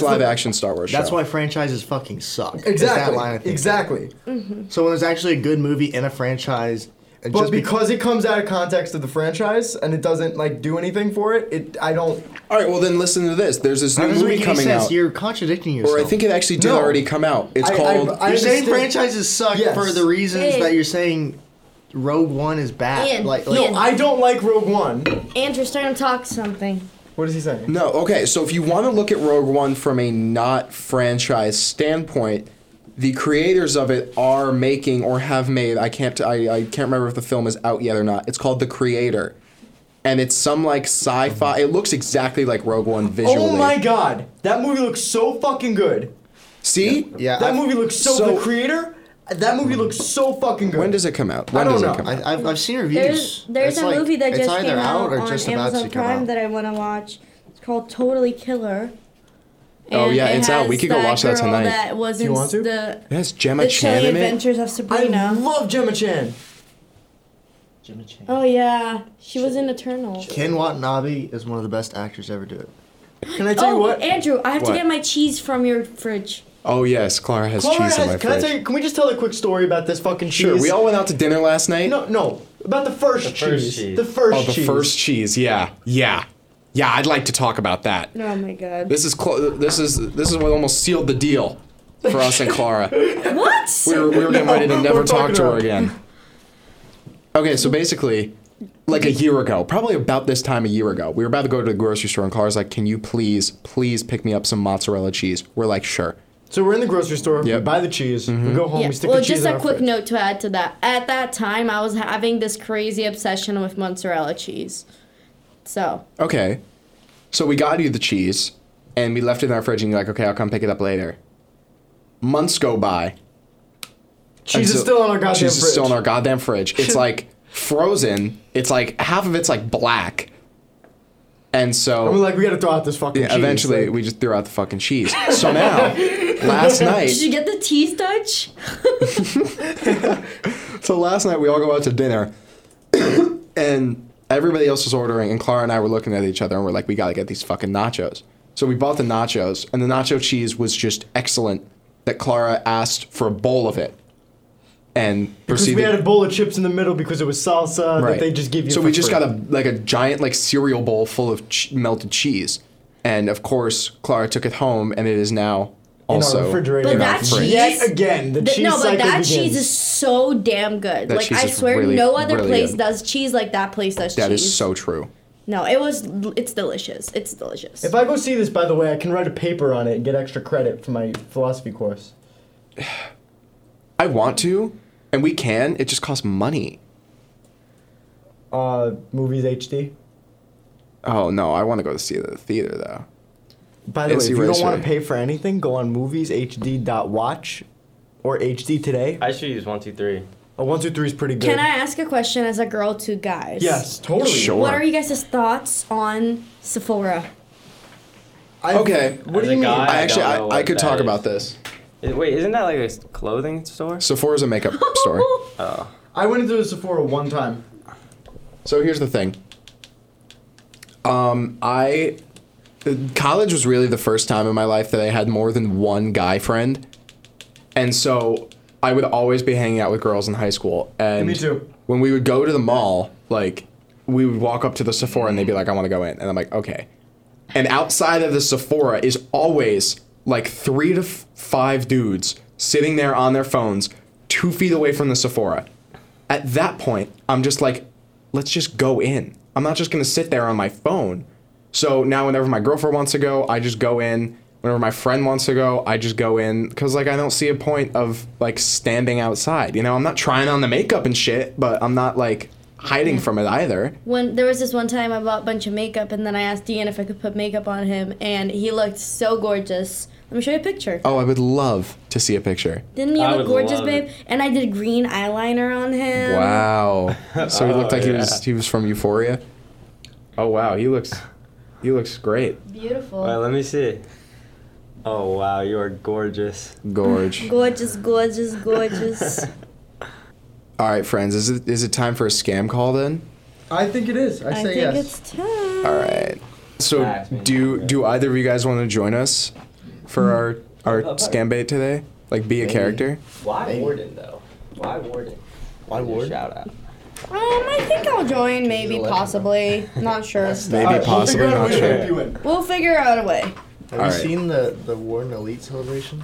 Speaker 2: that's the-
Speaker 4: live action Star Wars
Speaker 3: That's
Speaker 4: show.
Speaker 3: why franchises fucking suck. is that
Speaker 2: Exactly.
Speaker 3: line of thinking.
Speaker 2: exactly.
Speaker 9: Mm-hmm.
Speaker 1: Mm-hmm.
Speaker 3: So when there's actually a good movie in a franchise, and
Speaker 2: But
Speaker 3: just be-
Speaker 2: because it comes out of context of the franchise and it doesn't like do anything for it, it I don't.
Speaker 4: All right, well then listen to this. There's this
Speaker 3: that
Speaker 4: new
Speaker 3: doesn't
Speaker 4: movie
Speaker 3: make any
Speaker 4: coming
Speaker 3: sense.
Speaker 4: out,
Speaker 3: You're contradicting yourself.
Speaker 4: or I think it actually did
Speaker 2: No.
Speaker 4: already come out. It's
Speaker 2: I- I-
Speaker 4: called.
Speaker 2: I-
Speaker 3: you're saying
Speaker 2: understand-
Speaker 3: franchises suck
Speaker 2: Yes.
Speaker 3: for the reasons
Speaker 1: Hey.
Speaker 3: that you're saying Rogue One is bad.
Speaker 1: Ian,
Speaker 3: like, like
Speaker 1: Ian.
Speaker 2: I don't like Rogue One.
Speaker 1: Andrew, starting to talk something.
Speaker 2: What is he saying?
Speaker 4: No, okay. So if you want to look at Rogue One from a not franchise standpoint, the creators of it are making or have made. I can't. I, I can't remember if the film is out yet or not. It's called The Creator, and it's some like sci-fi.
Speaker 1: Mm-hmm.
Speaker 4: It looks exactly like Rogue One visually.
Speaker 2: Oh my god, that movie looks so fucking good.
Speaker 4: See?
Speaker 3: Yeah.
Speaker 2: That
Speaker 3: I've-
Speaker 2: movie looks so,
Speaker 4: so-
Speaker 2: The creator. That movie looks so fucking good.
Speaker 4: When does it come out? When
Speaker 2: don't
Speaker 4: does
Speaker 2: know.
Speaker 4: it come out?
Speaker 3: I, I've, I've seen reviews.
Speaker 1: There's there's
Speaker 3: It's
Speaker 1: a
Speaker 3: like,
Speaker 1: movie that
Speaker 3: it's
Speaker 1: just
Speaker 3: either
Speaker 1: came out,
Speaker 3: or
Speaker 1: on
Speaker 3: just about
Speaker 1: Amazon
Speaker 3: to come
Speaker 1: Prime
Speaker 3: out.
Speaker 1: that I want to watch. It's called Totally Killer.
Speaker 4: Oh, yeah,
Speaker 1: it
Speaker 4: it's out. We
Speaker 1: has
Speaker 4: could go watch that
Speaker 1: girl
Speaker 4: tonight.
Speaker 1: That was in
Speaker 2: you want to?
Speaker 1: the
Speaker 4: Yes, Gemma
Speaker 1: the
Speaker 4: Chan
Speaker 1: Chilly
Speaker 4: in it.
Speaker 1: Adventures of
Speaker 2: I
Speaker 1: Sabrina.
Speaker 2: love Gemma Chan. Gemma Chan.
Speaker 1: oh yeah, she was in Eternals.
Speaker 3: Ken Watanabe is one of the best actors to ever do it.
Speaker 2: Can I tell
Speaker 1: Oh,
Speaker 2: you what?
Speaker 1: Andrew, I have
Speaker 4: What?
Speaker 1: to get my cheese from your fridge.
Speaker 4: Oh yes, Clara has
Speaker 2: Clara
Speaker 4: cheese in
Speaker 2: has-
Speaker 4: my
Speaker 2: can, I tell
Speaker 4: fridge.
Speaker 2: you, can we just tell a quick story about this fucking cheese?
Speaker 4: Sure, we all went out to dinner last night.
Speaker 2: No, no. About the
Speaker 5: first
Speaker 2: first, cheese.
Speaker 5: cheese.
Speaker 2: The first
Speaker 4: oh, the
Speaker 2: cheese.
Speaker 4: first cheese. Yeah, yeah, yeah. I'd like to talk about that.
Speaker 1: Oh my god.
Speaker 4: This is clo- this is this is what almost sealed the deal for us and Clara.
Speaker 1: What?
Speaker 4: We were, we were getting ready to never
Speaker 2: we're
Speaker 4: talk
Speaker 2: talking
Speaker 4: to her
Speaker 2: about-
Speaker 4: again. Okay, so basically, like a year ago, probably about this time a year ago, we were about to go to the grocery store, and Clara's like, "Can you please, please pick me up some mozzarella cheese?" We're like, "Sure."
Speaker 2: So we're in the grocery store.
Speaker 4: Yep. Mm-hmm.
Speaker 2: We buy the cheese. We go home.
Speaker 1: Yeah.
Speaker 2: We stick
Speaker 1: Well,
Speaker 2: the
Speaker 1: just
Speaker 2: cheese in
Speaker 1: a
Speaker 2: our
Speaker 1: quick
Speaker 2: fridge.
Speaker 1: note to add to that. At that time, I was having this crazy obsession with mozzarella cheese. So
Speaker 4: Okay. So we got you the cheese, and we left it in our fridge, and you're like, "Okay, I'll come pick it up later." Months go by.
Speaker 2: Cheese
Speaker 4: until-
Speaker 2: is still on our goddamn
Speaker 4: cheese
Speaker 2: fridge.
Speaker 4: is still in our goddamn fridge. It's like frozen. It's like half of it's like black. And so
Speaker 2: And we're like, we gotta throw out this fucking
Speaker 4: Yeah,
Speaker 2: cheese.
Speaker 4: eventually
Speaker 2: Like,
Speaker 4: we just threw out the fucking cheese. So now, last
Speaker 1: did you
Speaker 4: night,
Speaker 1: get the cheese touch?
Speaker 4: so last night we all go out to dinner, and everybody else was ordering, and Clara and I were looking at each other, and we're like, we gotta get these fucking nachos. So we bought the nachos, and the nacho cheese was just excellent. That Clara asked for a bowl of it, and
Speaker 2: Because
Speaker 4: proceeded.
Speaker 2: we had a bowl of chips in the middle because it was salsa that they just give you.
Speaker 4: So
Speaker 2: for
Speaker 4: we just
Speaker 2: free.
Speaker 4: got a like a giant like cereal bowl full of ch- melted cheese, and of course Clara took it home, and it is now
Speaker 2: in
Speaker 4: also
Speaker 2: our refrigerator.
Speaker 1: But
Speaker 2: in our
Speaker 1: that
Speaker 2: fridge.
Speaker 1: cheese-
Speaker 2: yet again, the
Speaker 1: Th-
Speaker 2: cheese
Speaker 1: no, but
Speaker 2: cycle
Speaker 1: that
Speaker 2: begins.
Speaker 1: cheese is so damn good.
Speaker 4: That
Speaker 1: like
Speaker 4: cheese
Speaker 1: I
Speaker 4: is
Speaker 1: swear,
Speaker 4: really,
Speaker 1: no other
Speaker 4: really
Speaker 1: place
Speaker 4: good.
Speaker 1: does cheese like that place does
Speaker 4: That
Speaker 1: cheese.
Speaker 4: is so true.
Speaker 1: No, it was. It's delicious. It's delicious.
Speaker 2: If I go see this, by the way, I can write a paper on it and get extra credit for my philosophy course.
Speaker 4: I want to, and we can. It just costs money.
Speaker 2: Uh, movies HD.
Speaker 4: Oh no, I want to go to see it at the theater though.
Speaker 2: By the way,
Speaker 4: It's
Speaker 2: if you don't
Speaker 4: eraser.
Speaker 2: want to pay for anything, go on movieshd.watch or HD today.
Speaker 5: I should use one, two, three.
Speaker 2: A one two three is pretty good.
Speaker 1: Can I ask a question as a girl to guys?
Speaker 2: Yes, totally.
Speaker 4: Sure.
Speaker 1: What are you guys' thoughts on Sephora?
Speaker 2: I-
Speaker 4: Okay.
Speaker 5: As
Speaker 2: What do
Speaker 5: a
Speaker 2: you mean?
Speaker 5: guy-
Speaker 4: I,
Speaker 5: I
Speaker 4: actually,
Speaker 5: don't
Speaker 4: I,
Speaker 5: know
Speaker 4: I
Speaker 5: what
Speaker 4: could
Speaker 5: that
Speaker 4: talk
Speaker 5: is.
Speaker 4: about this.
Speaker 5: Is- Wait, isn't that like a s- clothing store?
Speaker 4: Sephora's a makeup store.
Speaker 5: Oh.
Speaker 2: I went into a Sephora one time.
Speaker 4: So here's the thing. Um, I uh, college was really the first time in my life that I had more than one guy friend, and so I would always be hanging out with girls in high school. And
Speaker 2: Me too.
Speaker 4: When we would go to the mall, like we would walk up to the Sephora and they'd be like, "I want to go in," and I'm like, "Okay." And outside of the Sephora is always like three to f- five dudes sitting there on their phones, two feet away from the Sephora at that point, I'm just like, let's just go in. I'm not just gonna sit there on my phone. So now, whenever my girlfriend wants to go, I just go in. Whenever my friend wants to go, I just go in because like I don't see a point of like standing outside. You know, I'm not trying on the makeup and shit, but I'm not like hiding from it either.
Speaker 1: When there was this one time I bought a bunch of makeup and then I asked Dean if I could put makeup on him and he looked so gorgeous. Let me show you a picture.
Speaker 4: Oh, I would love to see a picture.
Speaker 1: Didn't he
Speaker 5: I
Speaker 1: look
Speaker 5: would
Speaker 1: gorgeous,
Speaker 5: love
Speaker 1: babe?
Speaker 5: it.
Speaker 1: And I did green eyeliner on him.
Speaker 4: Wow. So he looked
Speaker 5: Oh,
Speaker 4: like he
Speaker 5: yeah.
Speaker 4: was he was from Euphoria. Oh wow, he looks he looks great.
Speaker 1: Beautiful.
Speaker 5: Wait, let me see. Oh wow, you are gorgeous.
Speaker 4: Gorge.
Speaker 1: gorgeous, gorgeous, gorgeous. Um,
Speaker 4: All right, friends, is it is it time for a scam call then?
Speaker 2: I think it is. I,
Speaker 1: I
Speaker 2: say
Speaker 1: think
Speaker 2: yes.
Speaker 1: it's time.
Speaker 4: All right. So
Speaker 5: Facts, man.
Speaker 4: do do either of you guys want to join us for our our
Speaker 5: Up, up.
Speaker 4: scam bait today? Like be a
Speaker 3: Maybe.
Speaker 4: character?
Speaker 5: Why
Speaker 3: Maybe.
Speaker 5: Warden though? Why Warden?
Speaker 3: Why Ward?
Speaker 5: Shout out.
Speaker 1: Um, I think I'll join, maybe,
Speaker 3: election,
Speaker 1: possibly. Not sure.
Speaker 4: Maybe possibly not sure.
Speaker 2: You in.
Speaker 1: We'll figure out a way.
Speaker 3: Have
Speaker 4: All
Speaker 3: you
Speaker 4: right.
Speaker 3: seen the the Warden Elite celebration?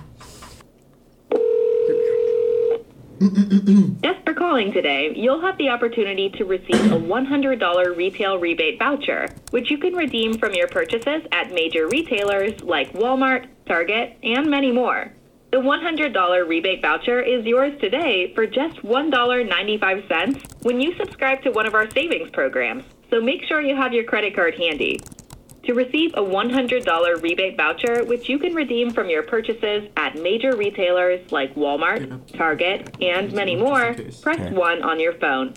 Speaker 8: Just for calling today, you'll have the opportunity to receive a $100 retail rebate voucher, which you can redeem from your purchases at major retailers like Walmart, Target, and many more. The $100 rebate voucher is yours today for just $1.95 when you subscribe to one of our savings programs, so make sure you have your credit card handy. To receive a $100 rebate voucher, which you can redeem from your purchases at major retailers like Walmart, Target, and many more, press 1 on your phone.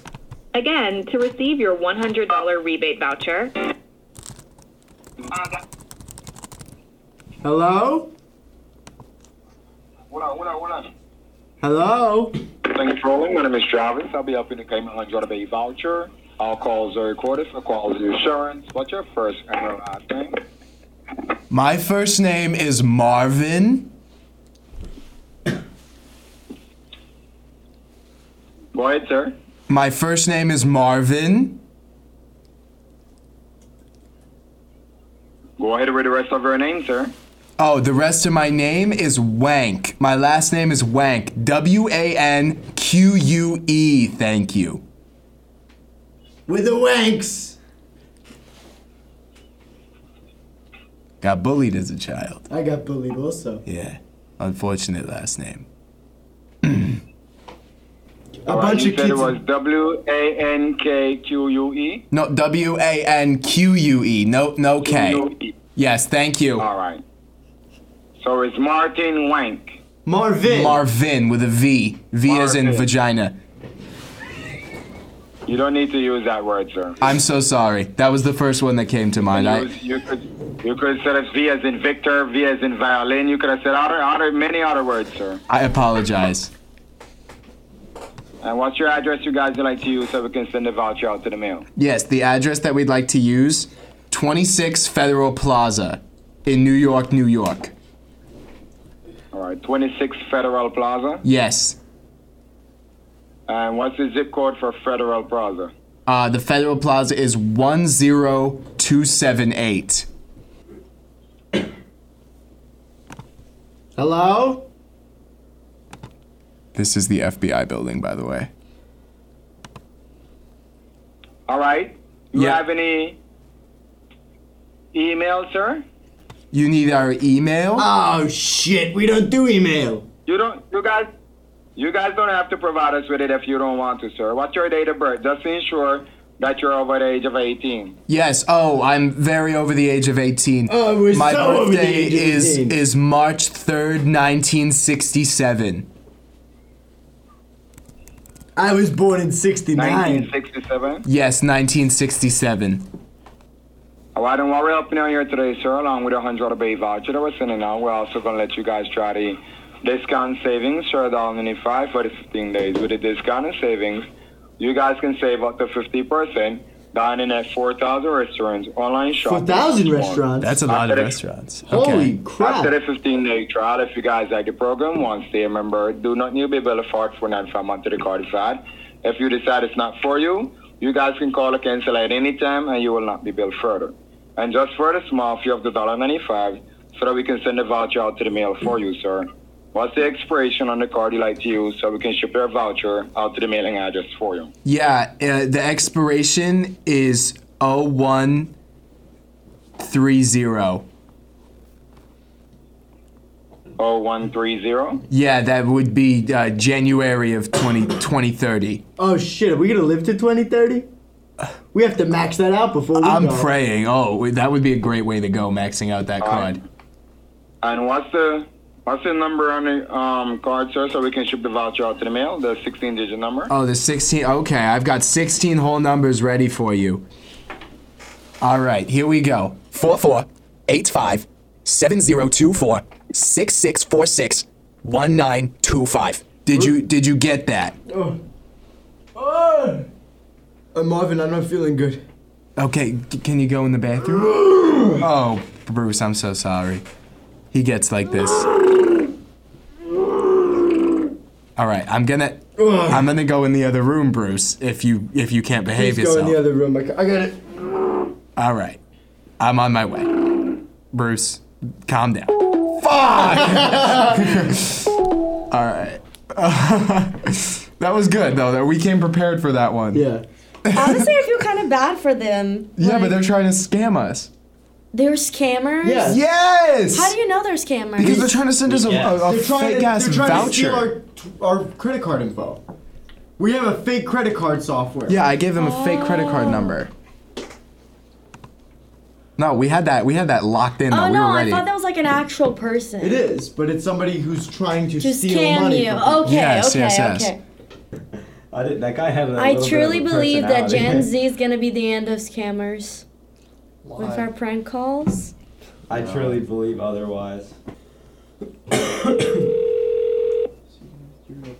Speaker 8: Again, to receive your $100 rebate voucher,
Speaker 4: Hello?
Speaker 10: What up, what up, what up?
Speaker 4: Hello?
Speaker 10: Thanks for calling. My name is Travis. I'll be helping you claim a hundred dollar voucher. All calls are recorded for quality assurance. What's your first and last name?
Speaker 4: My first name is Marvin.
Speaker 10: Go ahead, sir.
Speaker 4: My first name is Marvin.
Speaker 10: Go ahead with the rest of your name, sir.
Speaker 4: Oh, the rest of my name is Wank. My last name is Wank. W A N Q U E. Thank you.
Speaker 2: With the wanks.
Speaker 4: Got bullied as a child.
Speaker 2: I got bullied also.
Speaker 4: Yeah. Unfortunate last name.
Speaker 2: A
Speaker 10: All right,
Speaker 2: bunch
Speaker 10: you
Speaker 2: of
Speaker 10: said
Speaker 2: kids.
Speaker 10: it was W A N K Q U E.
Speaker 4: No, W A N Q U E. No, no K. Yes, thank you.
Speaker 10: All right. So it's Martin Wank.
Speaker 2: Marvin.
Speaker 4: Marvin with a V. V as in
Speaker 10: Marvin.
Speaker 4: vagina.
Speaker 10: You don't need to use that word, sir.
Speaker 4: I'm so sorry. That was the first one that came to mind.
Speaker 10: you,
Speaker 4: I,
Speaker 10: you could you could have said it's V as in Victor, V as in violin. You could have said other, other many other words, sir.
Speaker 4: I apologize.
Speaker 10: And Uh, what's your address you guys would like to use so we can send the voucher out to the mail?
Speaker 4: Yes, the address that we'd like to use 26 Federal Plaza in New York, New York.
Speaker 10: All right, 26 Federal Plaza.
Speaker 4: Yes.
Speaker 10: And what's the zip code for Federal Plaza?
Speaker 4: Uh, the Federal Plaza is 10278.
Speaker 2: Hello?
Speaker 4: This is the FBI building, by the way.
Speaker 10: All right. You
Speaker 4: Yeah.
Speaker 10: have any email, sir?
Speaker 4: You need our email?
Speaker 2: Oh shit, we don't do email.
Speaker 10: You don't. You guys. You guys don't have to provide us with it if you don't want to, sir. What's your date of birth? Just ensure that you're over the age of 18.
Speaker 4: Yes. Oh, I'm very over the age of 18.
Speaker 2: Oh, we're
Speaker 4: My
Speaker 2: so over the
Speaker 4: birthday
Speaker 2: age of
Speaker 4: is
Speaker 2: 18.
Speaker 4: is March 3rd, 1967.
Speaker 2: I was born in 69.
Speaker 10: 1967.
Speaker 4: Yes, 1967.
Speaker 10: All right, and while we're helping out here today, sir, along with a hundred bay voucher that we're sending out, we're also gonna let you guys try the discount savings, sure dollar ninety five for the fifteen days. With the discount and savings, you guys can save up to fifty percent dining at four thousand restaurants, online shopping.
Speaker 2: 4,000 restaurants.
Speaker 4: That's a lot of
Speaker 10: Okay.
Speaker 4: restaurants.
Speaker 2: Holy
Speaker 4: Okay.
Speaker 2: crap.
Speaker 10: After the 15 day trial, if you guys like the program, once day, remember, do not new be bill for 495 month to the card side. If you decide it's not for you, you guys can call or cancel at any time and you will not be billed further. And just for the small fee of the $1.95 so that we can send the voucher out to the mail for you, sir. What's the expiration on the card you like to use so we can ship your voucher out to the mailing address for you?
Speaker 4: Yeah, uh, the expiration is 0130.
Speaker 10: 0130?
Speaker 4: Yeah, that would be uh, January of 20, 2030.
Speaker 2: Oh shit, are we gonna live to 2030? We have to max that out before we
Speaker 4: I'm
Speaker 2: go.
Speaker 4: praying. Oh, that would be a great way to go, maxing out that card.
Speaker 10: And what's the what's the number on the um, card, sir, so we can ship the voucher out to the mail? The 16 digit number?
Speaker 4: Oh, the 16. Okay, I've got 16 whole numbers ready for you. All right, here we go.
Speaker 11: 4485 7024 6646 1925.
Speaker 4: Did you did you get that?
Speaker 2: Oh. Oh. Uh, Marvin, I'm not feeling good.
Speaker 4: Okay, c- can you go in the bathroom? Oh, Bruce, I'm so sorry. He gets like this. All right, I'm gonna I'm gonna go in the other room, Bruce. If you if you can't behave
Speaker 2: Let's go in
Speaker 4: yourself.
Speaker 2: the other room. I ca- I got it.
Speaker 4: All right, I'm on my way. Bruce, calm down. Fuck! All right. that was good though. That we came prepared for that one.
Speaker 2: Yeah.
Speaker 1: Honestly, I feel kind of bad for them.
Speaker 4: Yeah, but
Speaker 1: Like,
Speaker 4: they're trying to scam us.
Speaker 1: they're scammers.
Speaker 2: Yeah.
Speaker 4: Yes.
Speaker 1: How do you know they're scammers?
Speaker 4: Because they're trying to send us a,
Speaker 5: Yes.
Speaker 4: a, a
Speaker 2: They're trying,
Speaker 4: fake
Speaker 2: to,
Speaker 4: ass
Speaker 2: they're trying to steal
Speaker 4: voucher.
Speaker 2: our, our credit card info. We have a fake credit card software.
Speaker 4: Yeah, I gave them a fake credit
Speaker 8: Oh.
Speaker 1: Oh.
Speaker 4: card number. No, we had that. We had that locked in.
Speaker 1: oh
Speaker 4: though. we
Speaker 1: no,
Speaker 4: were ready.
Speaker 1: I thought that was like an actual person.
Speaker 2: It is, but it's somebody who's trying to
Speaker 1: To
Speaker 2: steal
Speaker 1: scam
Speaker 2: money.
Speaker 1: you.
Speaker 2: from
Speaker 1: Okay,
Speaker 4: Yes,
Speaker 1: okay,
Speaker 4: yes, yes.
Speaker 1: okay.
Speaker 5: I did, that guy had a
Speaker 1: I
Speaker 5: little bit
Speaker 1: truly
Speaker 5: of a
Speaker 1: believe that
Speaker 5: personality.
Speaker 1: Gen Z is gonna be the end of scammers.
Speaker 6: with our prank calls.
Speaker 5: I truly believe otherwise.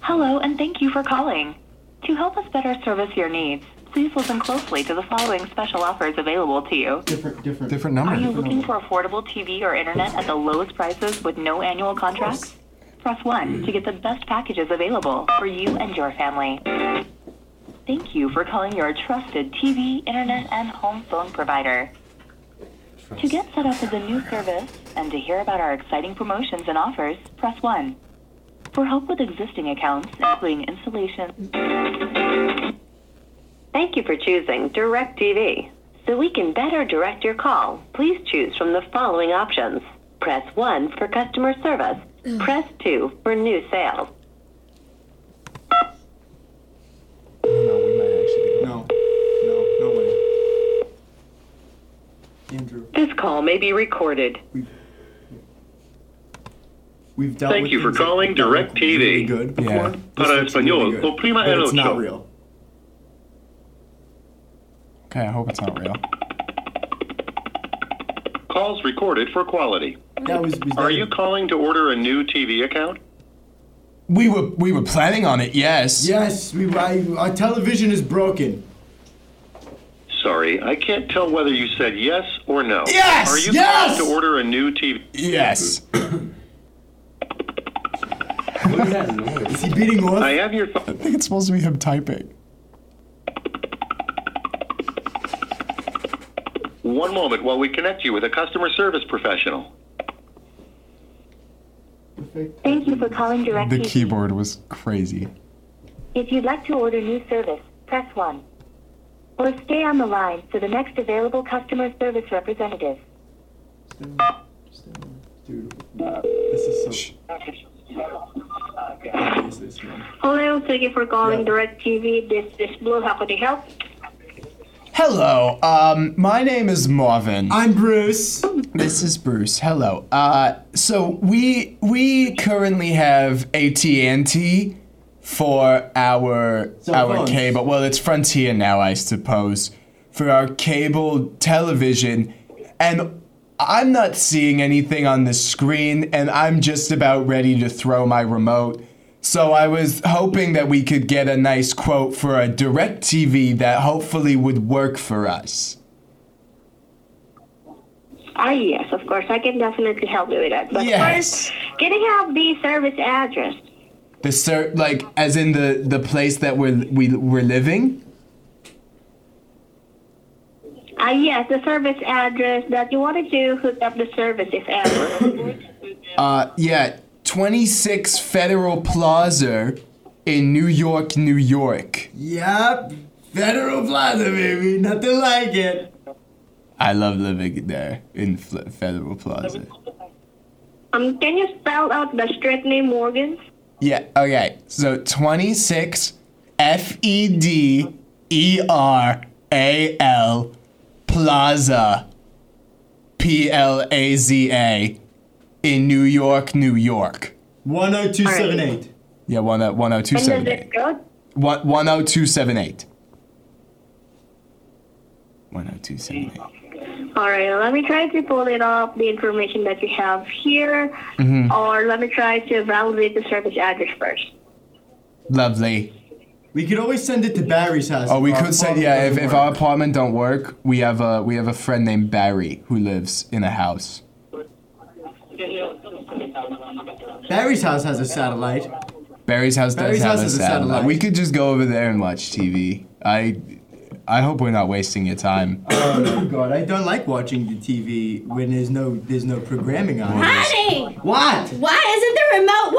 Speaker 8: Hello, and thank you for calling. To help us better service your needs, please listen closely to the following special offers available to you.
Speaker 2: Different, different.
Speaker 4: Different
Speaker 8: Are you
Speaker 4: number.
Speaker 8: looking for affordable TV or internet at the lowest prices with no annual contracts? Press 1 to get the best packages available for you and your family. Thank you for calling your trusted TV, internet, and home phone provider. To get set up with a new service and to hear about our exciting promotions and offers, press 1. For help with existing accounts, including installation. Thank you for choosing DirecTV. So we can better direct your call, please choose from the following options. Press 1 for customer service. Press 2 for new sales.
Speaker 4: No, we might actually be.
Speaker 2: No, no, no way. Andrew,
Speaker 8: This call may be recorded.
Speaker 2: we've dealt
Speaker 9: Thank
Speaker 2: with
Speaker 9: you for
Speaker 2: things that
Speaker 9: calling
Speaker 2: we've dealt with
Speaker 9: DirecTV.
Speaker 2: Really good before.
Speaker 4: Yeah.
Speaker 2: This
Speaker 9: Para
Speaker 2: looks really
Speaker 9: español,
Speaker 2: good,
Speaker 9: oprima
Speaker 2: but
Speaker 9: el
Speaker 2: It's not
Speaker 9: ocho.
Speaker 2: real.
Speaker 4: Okay, I hope it's not real.
Speaker 9: Calls recorded for quality.
Speaker 2: That was. was
Speaker 9: Are
Speaker 2: that-
Speaker 9: you calling to order a new TV account?
Speaker 4: We were we were planning on it. Yes.
Speaker 2: Yes, we. I, our television is broken.
Speaker 9: Sorry, I can't tell whether you said yes or no.
Speaker 4: Yes!
Speaker 9: Are you
Speaker 4: Yes!
Speaker 9: calling to order a new TV?
Speaker 4: Yes.
Speaker 5: What is that noise?
Speaker 2: Is he beating off?
Speaker 9: I have your phone.
Speaker 4: I think it's supposed to be him typing.
Speaker 9: One moment while we connect you with a customer service professional.
Speaker 8: Thank you for calling
Speaker 4: The
Speaker 8: DirecTV.
Speaker 4: keyboard was crazy.
Speaker 8: If you'd like to order new service, press 1. Or stay on the line for the next available customer service representative.
Speaker 2: Dude, this is so. What is this, man?
Speaker 6: Hello, thank you for calling
Speaker 2: Yeah.
Speaker 6: DirecTV. This is Blue. How can I help?
Speaker 4: Hello. Um, my name is Marvin.
Speaker 2: I'm Bruce.
Speaker 4: This is Bruce. Hello. Uh, so we we currently have AT and T for our
Speaker 2: Cell
Speaker 4: our
Speaker 2: phones.
Speaker 4: cable. Well, it's Frontier now, I suppose, for our cable television, and I'm not seeing anything on the screen, and I'm just about ready to throw my remote. So I was hoping that we could get a nice quote for a direct TV that hopefully would work for us.
Speaker 6: Ah, yes, of course. I can definitely help you with that. But
Speaker 4: Yes.
Speaker 6: first, can I have the service address?
Speaker 4: The ser- like as in the the place that we're we, we're living.
Speaker 6: Ah, yes, the service address that you wanted to hook up the service, if ever.
Speaker 4: Uh, yeah, twenty six Federal Plaza in New York, New York.
Speaker 2: Yep. Federal Plaza, baby. Nothing like it.
Speaker 4: I love living there in Fl- Federal Plaza.
Speaker 6: um, can you spell out the street name, Morgan?
Speaker 4: Yeah. Okay. So twenty six F E D E R A L Plaza P L A Z A in New York, New York.
Speaker 2: 10278.
Speaker 4: Yeah, one oh one oh two
Speaker 6: And the
Speaker 4: seven eight.
Speaker 6: zip code?
Speaker 4: One one oh two seven eight. One oh two seven eight.
Speaker 6: All right, let me try to pull it up, the information that you have here,
Speaker 4: Mm-hmm.
Speaker 6: or let me try to validate the service address first.
Speaker 4: Lovely.
Speaker 2: We could always send it to Barry's house.
Speaker 4: Oh, we
Speaker 2: Our
Speaker 4: could say
Speaker 2: apartment
Speaker 4: yeah. If,
Speaker 2: doesn't
Speaker 4: if our
Speaker 2: work.
Speaker 4: apartment don't work, we have a we have a friend named Barry who lives in a house.
Speaker 2: Barry's house has a satellite.
Speaker 4: Barry's house does
Speaker 2: Barry's
Speaker 4: have
Speaker 2: house
Speaker 4: a
Speaker 2: is a
Speaker 4: satellite.
Speaker 2: satellite.
Speaker 4: We could just go over there and watch TV. I I hope we're not wasting your time.
Speaker 2: Oh God, I don't like watching the TV when there's no there's no programming on. it.
Speaker 1: Honey,
Speaker 2: What?
Speaker 1: why isn't the remote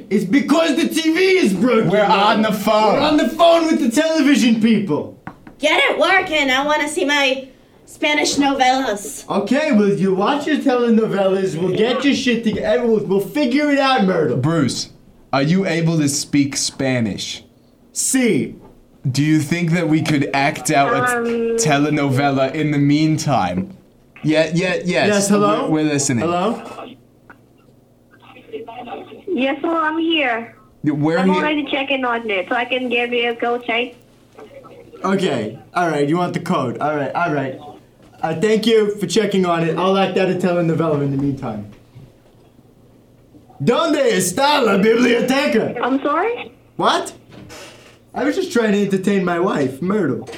Speaker 1: working?
Speaker 2: It's because the TV is broken.
Speaker 4: We're on the phone.
Speaker 2: We're on the phone with the television people.
Speaker 1: Get it working. I want to see my Spanish novellas.
Speaker 2: Okay, well you watch your telenovelas. We'll get your shit together. We'll, we'll figure it out, Myrtle.
Speaker 4: Bruce, are you able to speak Spanish?
Speaker 2: See.
Speaker 4: Do you think that we could act out a t- telenovela in the meantime? Yeah, yeah, yes.
Speaker 2: Yes, hello?
Speaker 4: We're, we're listening.
Speaker 2: Hello.
Speaker 6: Yes, well, I'm here.
Speaker 4: Where
Speaker 6: I'm
Speaker 4: are you?
Speaker 6: already checking on it, so I can give you a go check.
Speaker 2: Okay. All right. You want the code? All right. All right. Uh, thank you for checking on it. I'll act out a tell in the vellum in the meantime. Donde está la biblioteca?
Speaker 12: I'm sorry?
Speaker 2: What? I was just trying to entertain my wife, Myrtle.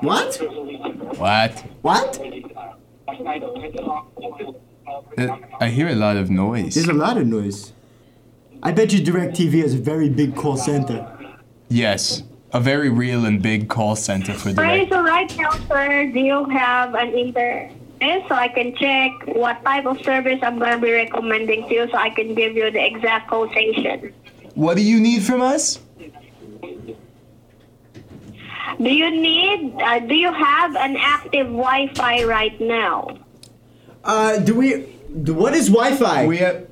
Speaker 2: What?
Speaker 4: What?
Speaker 2: What?
Speaker 4: Uh, I hear a lot of noise.
Speaker 2: There's a lot of noise. I bet you DirecTV has a very big call center.
Speaker 4: Yes, a very real and big call center for
Speaker 13: Alright,
Speaker 4: direct.
Speaker 13: so right now, sir, do you have an internet so I can check what type of service I'm going to be recommending to you so I can give you the exact quotation?
Speaker 4: What do you need from us?
Speaker 13: Do you need, uh, do you have an active Wi Fi right now?
Speaker 2: Uh, do we? Do, what is Wi-Fi? We
Speaker 4: have.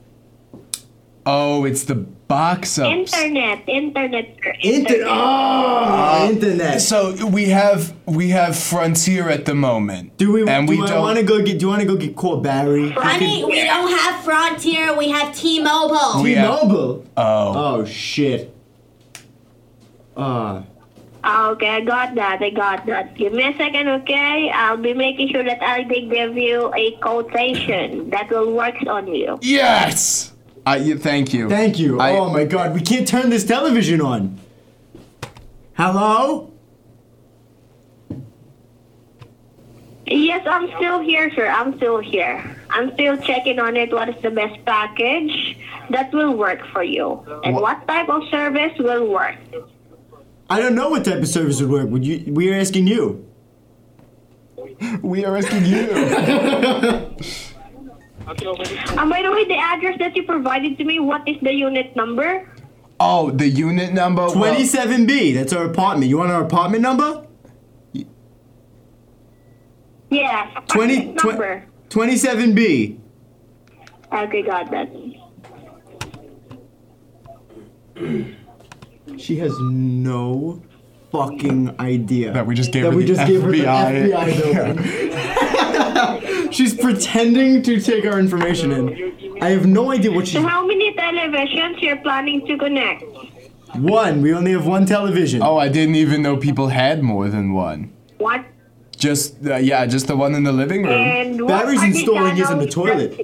Speaker 4: Oh, it's the box up.
Speaker 13: Internet, internet, Ah! sir.
Speaker 2: Inter- oh, internet.
Speaker 4: Uh, So we have we have Frontier at the moment. Do we? And
Speaker 2: do
Speaker 4: we
Speaker 2: I
Speaker 4: don't
Speaker 2: want to go get? Do you want to go get called Barry?
Speaker 1: Honey, we don't have Frontier. We have T-Mobile.
Speaker 4: We have-
Speaker 2: T-Mobile.
Speaker 4: Oh.
Speaker 2: Oh shit. Uh,
Speaker 13: Okay, I got that. I got that. Give me a second, okay? I'll be making sure that I'll be give you a quotation that will work on you.
Speaker 4: Yes. I yeah, thank you.
Speaker 2: Thank you. oh my god, we can't turn this television on. Hello?
Speaker 13: Yes, I'm still here, sir. I'm still here. I'm still checking on it. What is the best package that will work for you, and what type of service will work?
Speaker 2: I don't know what type of service would work. Would you? We are asking you.
Speaker 4: We are asking you.
Speaker 13: Um, by the way, the address that you provided to me. What is the unit number?
Speaker 4: Oh, the unit number. well-
Speaker 2: Twenty-seven B. That's our apartment. You want our apartment number?
Speaker 13: Yes.
Speaker 2: Twenty.
Speaker 13: apartment number.
Speaker 2: Twenty-seven B.
Speaker 13: Okay, got that.
Speaker 4: Oh,
Speaker 2: She has no fucking idea that
Speaker 4: we just gave her the
Speaker 2: her the
Speaker 4: FBI.
Speaker 2: FBI building. she's pretending to take our information in. I have no idea what
Speaker 13: So,
Speaker 2: she's.
Speaker 13: how many televisions you're planning to connect?
Speaker 2: One. We only have one television.
Speaker 4: Oh, I didn't even know people had more than one.
Speaker 13: What?
Speaker 4: Just uh, yeah, just the one in the living room.
Speaker 13: And what Barry's are the installing his in the channels?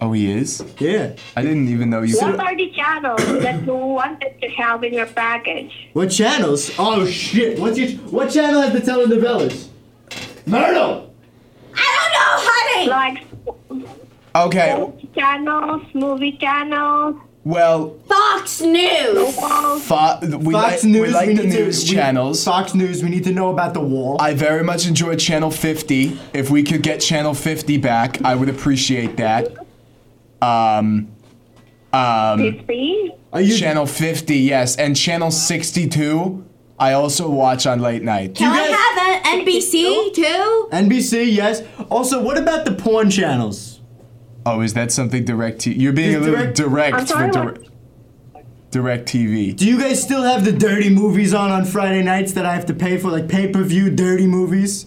Speaker 4: Oh, he is.
Speaker 2: Yeah.
Speaker 4: I didn't even know you.
Speaker 13: what are the channels that you wanted to have in your package?
Speaker 2: What channels? Oh shit! What's your what channel has the telenovelas? Myrtle.
Speaker 13: I don't know, honey.
Speaker 4: Okay.
Speaker 13: Like channels, movie channels.
Speaker 4: Well,
Speaker 1: Fox News.
Speaker 4: Fo- we
Speaker 2: Fox
Speaker 4: like,
Speaker 2: News.
Speaker 4: we like
Speaker 2: we
Speaker 4: the
Speaker 2: need to-
Speaker 4: news
Speaker 2: we-
Speaker 4: channels.
Speaker 2: Fox News. We need to know about the wall.
Speaker 4: I very much enjoy Channel 50. If we could get Channel 50 back, I would appreciate that. Um, um,
Speaker 13: Fifty.
Speaker 4: Channel 50, yes, and Channel 62. I also watch on late night.
Speaker 1: Can I have an NBC too?
Speaker 2: NBC. Yes. Also, what about the porn channels?
Speaker 4: Oh, is that something direct? To, you're being a little direct,
Speaker 2: I'm sorry,
Speaker 4: for
Speaker 2: what?
Speaker 4: direct. Direct TV.
Speaker 2: Do you guys still have the dirty movies on on Friday nights that I have to pay for, like pay per view dirty movies?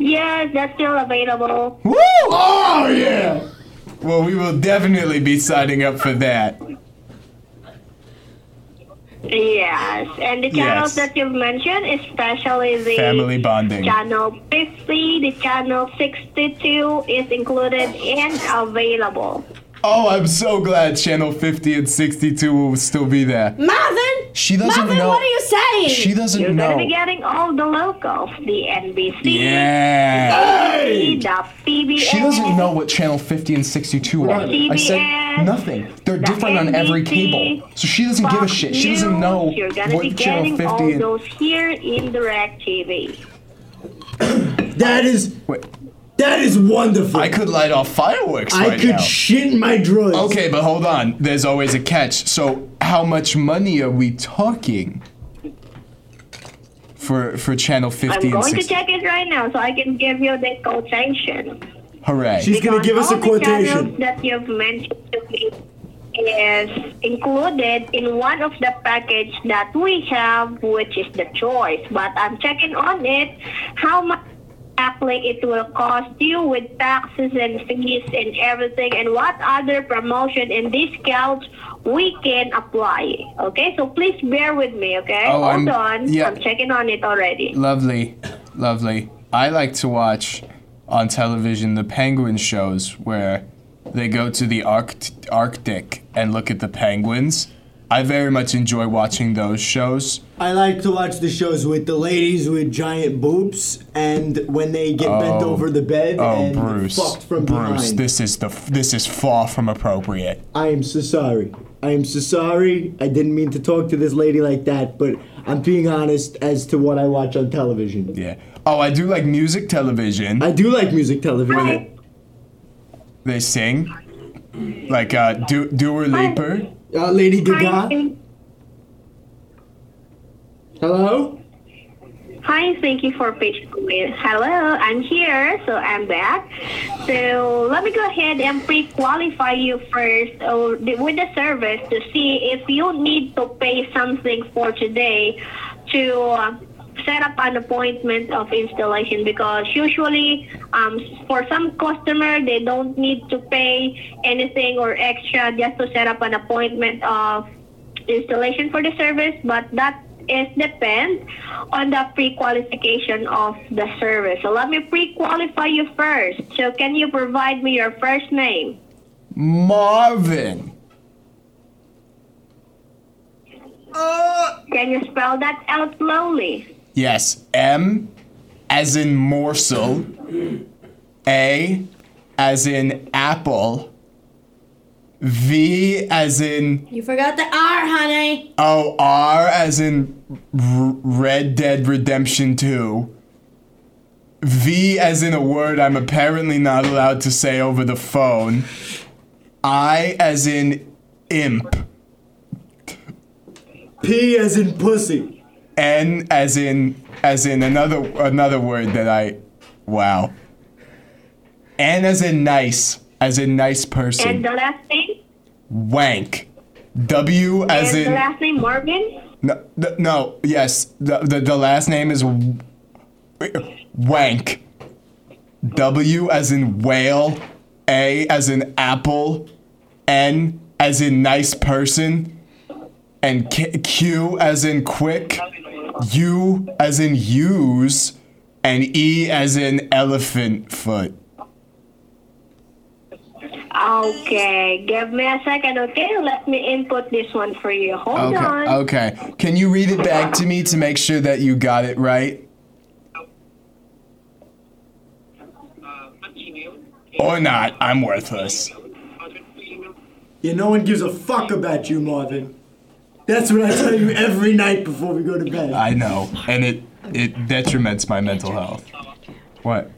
Speaker 13: Yes, that's still available.
Speaker 4: Woo! Oh yeah. Well, we will definitely be signing up for that.
Speaker 13: Yes, and the channels
Speaker 4: Yes.
Speaker 13: that you've mentioned, especially the
Speaker 4: Family bonding.
Speaker 13: channel 50, the channel 62 is included and available.
Speaker 4: Oh, I'm so glad Channel 50 and 62 will still be there.
Speaker 1: Marvin?
Speaker 4: She doesn't
Speaker 1: Marvin,
Speaker 4: know-
Speaker 1: what are you saying?
Speaker 4: She doesn't
Speaker 13: You're
Speaker 4: know.
Speaker 13: gonna be getting all the locals, the NBC, E
Speaker 4: Yeah.
Speaker 13: ABC, the PBS.
Speaker 4: She doesn't know what channel 50 and 62 are. I
Speaker 13: TBS,
Speaker 4: said nothing. They're different on every
Speaker 13: NBC,
Speaker 4: cable. So she doesn't give a
Speaker 13: Fox
Speaker 4: shit. She doesn't
Speaker 13: News.
Speaker 4: know
Speaker 13: You're gonna be
Speaker 4: what channel
Speaker 13: getting all
Speaker 4: 50 and
Speaker 13: those here in Direct TV.
Speaker 2: That is. That is wonderful.
Speaker 4: I could light off fireworks
Speaker 2: I
Speaker 4: right
Speaker 2: could
Speaker 4: now.
Speaker 2: shit in my drawers.
Speaker 4: Okay, but hold on. There's always a catch. So how much money are we talking for for channel 50
Speaker 13: I'm
Speaker 4: and
Speaker 13: going to
Speaker 4: 60?
Speaker 13: check it right now so I can give you the quotation.
Speaker 4: Hooray.
Speaker 13: Because all the channels that you've mentioned to me is included in one of the package that we have, which is the choice. But I'm checking on it, how much exactly it will cost you with taxes and fees and everything, and what other promotion and discounts we can apply. Okay, so please bear with me. Okay,
Speaker 4: Oh, I'm-
Speaker 13: hold on.
Speaker 4: yeah.
Speaker 13: I'm checking on it already.
Speaker 4: Lovely, lovely. I like to watch on television the penguin shows where they go to the Arct- Arctic and look at the penguins. I very much enjoy watching those shows.
Speaker 2: I like to watch the shows with the ladies with giant boobs, and when they get bent
Speaker 4: Oh.
Speaker 2: over the bed
Speaker 4: Oh,
Speaker 2: and
Speaker 4: Bruce,
Speaker 2: fucked from
Speaker 4: Bruce,
Speaker 2: behind.
Speaker 4: this is the f- this is far from appropriate.
Speaker 2: I am so sorry. I am so sorry. I didn't mean to talk to this lady like that, but I'm being honest as to what I watch on television.
Speaker 4: Yeah. Oh, I do like music television.
Speaker 2: I do like music television.
Speaker 4: they, they sing, like uh, do Dua Lipa.
Speaker 2: Uh, Lady
Speaker 13: Hi, thank-
Speaker 2: Hello.
Speaker 13: hi, thank you for patient with. Hello, I'm here, so I'm back. So let me go ahead and pre-qualify you first uh, the- with the service to see if you need to pay something for today to uh, set up an appointment of installation because usually um, for some customer they don't need to pay anything or extra just to set up an appointment of installation for the service, but that is depend on the pre-qualification of the service. So let me pre-qualify you first. So can you provide me your first name?
Speaker 4: Marvin.
Speaker 13: Can you spell that out slowly?
Speaker 4: Yes, M as in morsel, A as in apple, V as in
Speaker 14: You forgot the R, honey.
Speaker 4: oh R as in R- Red Dead Redemption 2. V as in a word I'm apparently not allowed to say over the phone. I as in imp.
Speaker 2: P as in pussy.
Speaker 4: N as in as in another another word that I wow. N as in nice, as in nice
Speaker 13: And
Speaker 4: person.
Speaker 13: the last name?
Speaker 4: Wank. W as
Speaker 13: and the
Speaker 4: in
Speaker 13: last name Morgan?
Speaker 4: no, th- no yes the, the the last name is w- Wank. W as in whale, A as in apple, N as in nice person, and K- Q as in quick, U as in use, and E as in elephant foot.
Speaker 13: Okay, give me a second, okay? Let me input this one for you.
Speaker 1: Oh,
Speaker 13: Hold
Speaker 4: okay,
Speaker 13: on.
Speaker 4: okay. Can you read it back to me to make sure that you got it right? Or not, I'm worthless.
Speaker 2: Yeah, no one gives a fuck about you, Marvin. That's what I tell you every night before we go to bed.
Speaker 4: I know, and it it detriments my mental health. What?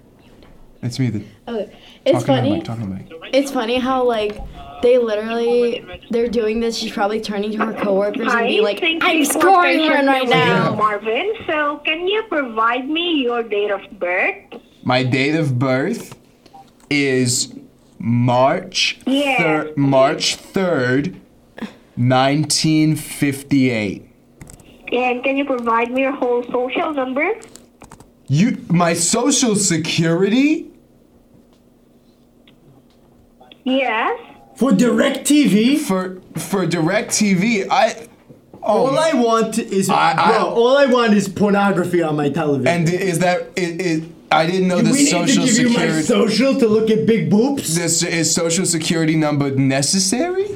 Speaker 4: It's me. The
Speaker 1: Okay. Oh, It's
Speaker 4: talking to the
Speaker 1: funny.
Speaker 4: mic, talking to the mic.
Speaker 1: It's funny how like they literally they're doing this. She's probably turning to her coworkers and be like,
Speaker 13: thank
Speaker 1: "I'm
Speaker 13: you for
Speaker 1: scoring
Speaker 13: patient
Speaker 1: one right
Speaker 13: with me,
Speaker 1: now."
Speaker 13: Marvin. So can you provide me your date of birth?
Speaker 4: My date of birth is March
Speaker 13: Yeah.
Speaker 4: thir- March third, nineteen fifty eight.
Speaker 13: And can you provide me your whole social number?
Speaker 4: You, my social security
Speaker 13: Yes.
Speaker 2: for DirecTV.
Speaker 4: For for DirecTV, I. Oh,
Speaker 2: all I want is
Speaker 4: I- I-
Speaker 2: bro, all I want is pornography on my television.
Speaker 4: And is that is, is I didn't know
Speaker 2: Do
Speaker 4: the
Speaker 2: we need to
Speaker 4: social
Speaker 2: give you my
Speaker 4: security
Speaker 2: social to look at big boobs.
Speaker 4: This is social security number necessary,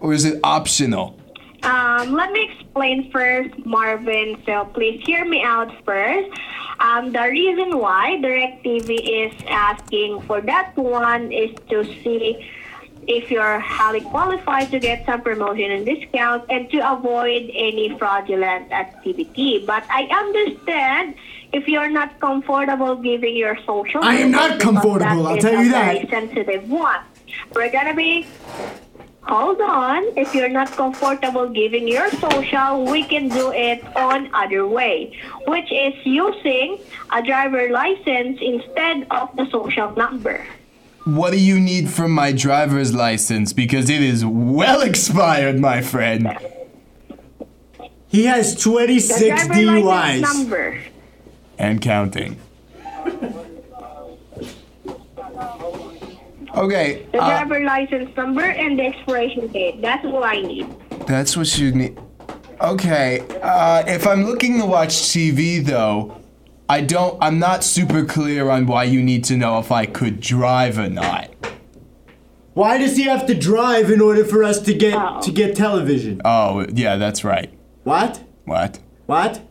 Speaker 4: or is it optional?
Speaker 13: Um, let me explain first, Marvin. So please hear me out first. Um, the reason why DirecTV is asking for that one is to see if you're highly qualified to get some promotion and discount and to avoid any fraudulent activity. But I understand if you're not comfortable giving your social.
Speaker 2: I am not
Speaker 13: because
Speaker 2: comfortable, I'll
Speaker 13: is
Speaker 2: tell you
Speaker 13: a Very
Speaker 2: that.
Speaker 13: sensitive one. We're gonna be Hold on. If you're not comfortable giving your social, we can do it on other way, which is using a driver license instead of the social number.
Speaker 4: What do you need from my driver's license? Because it is well expired, my friend.
Speaker 2: He has twenty
Speaker 13: The
Speaker 2: six
Speaker 13: driver license
Speaker 2: DUIs.
Speaker 13: number.
Speaker 4: And counting. Okay.
Speaker 13: The
Speaker 4: uh,
Speaker 13: driver license number and the expiration date. That's all I need.
Speaker 4: That's what you need. Okay. Uh, if I'm looking to watch TV, though, I don't. I'm not super clear on why you need to know if I could drive or not.
Speaker 2: Why does he have to drive in order for us to get to get television?
Speaker 4: Oh, yeah, that's right.
Speaker 2: What?
Speaker 4: What?
Speaker 2: What?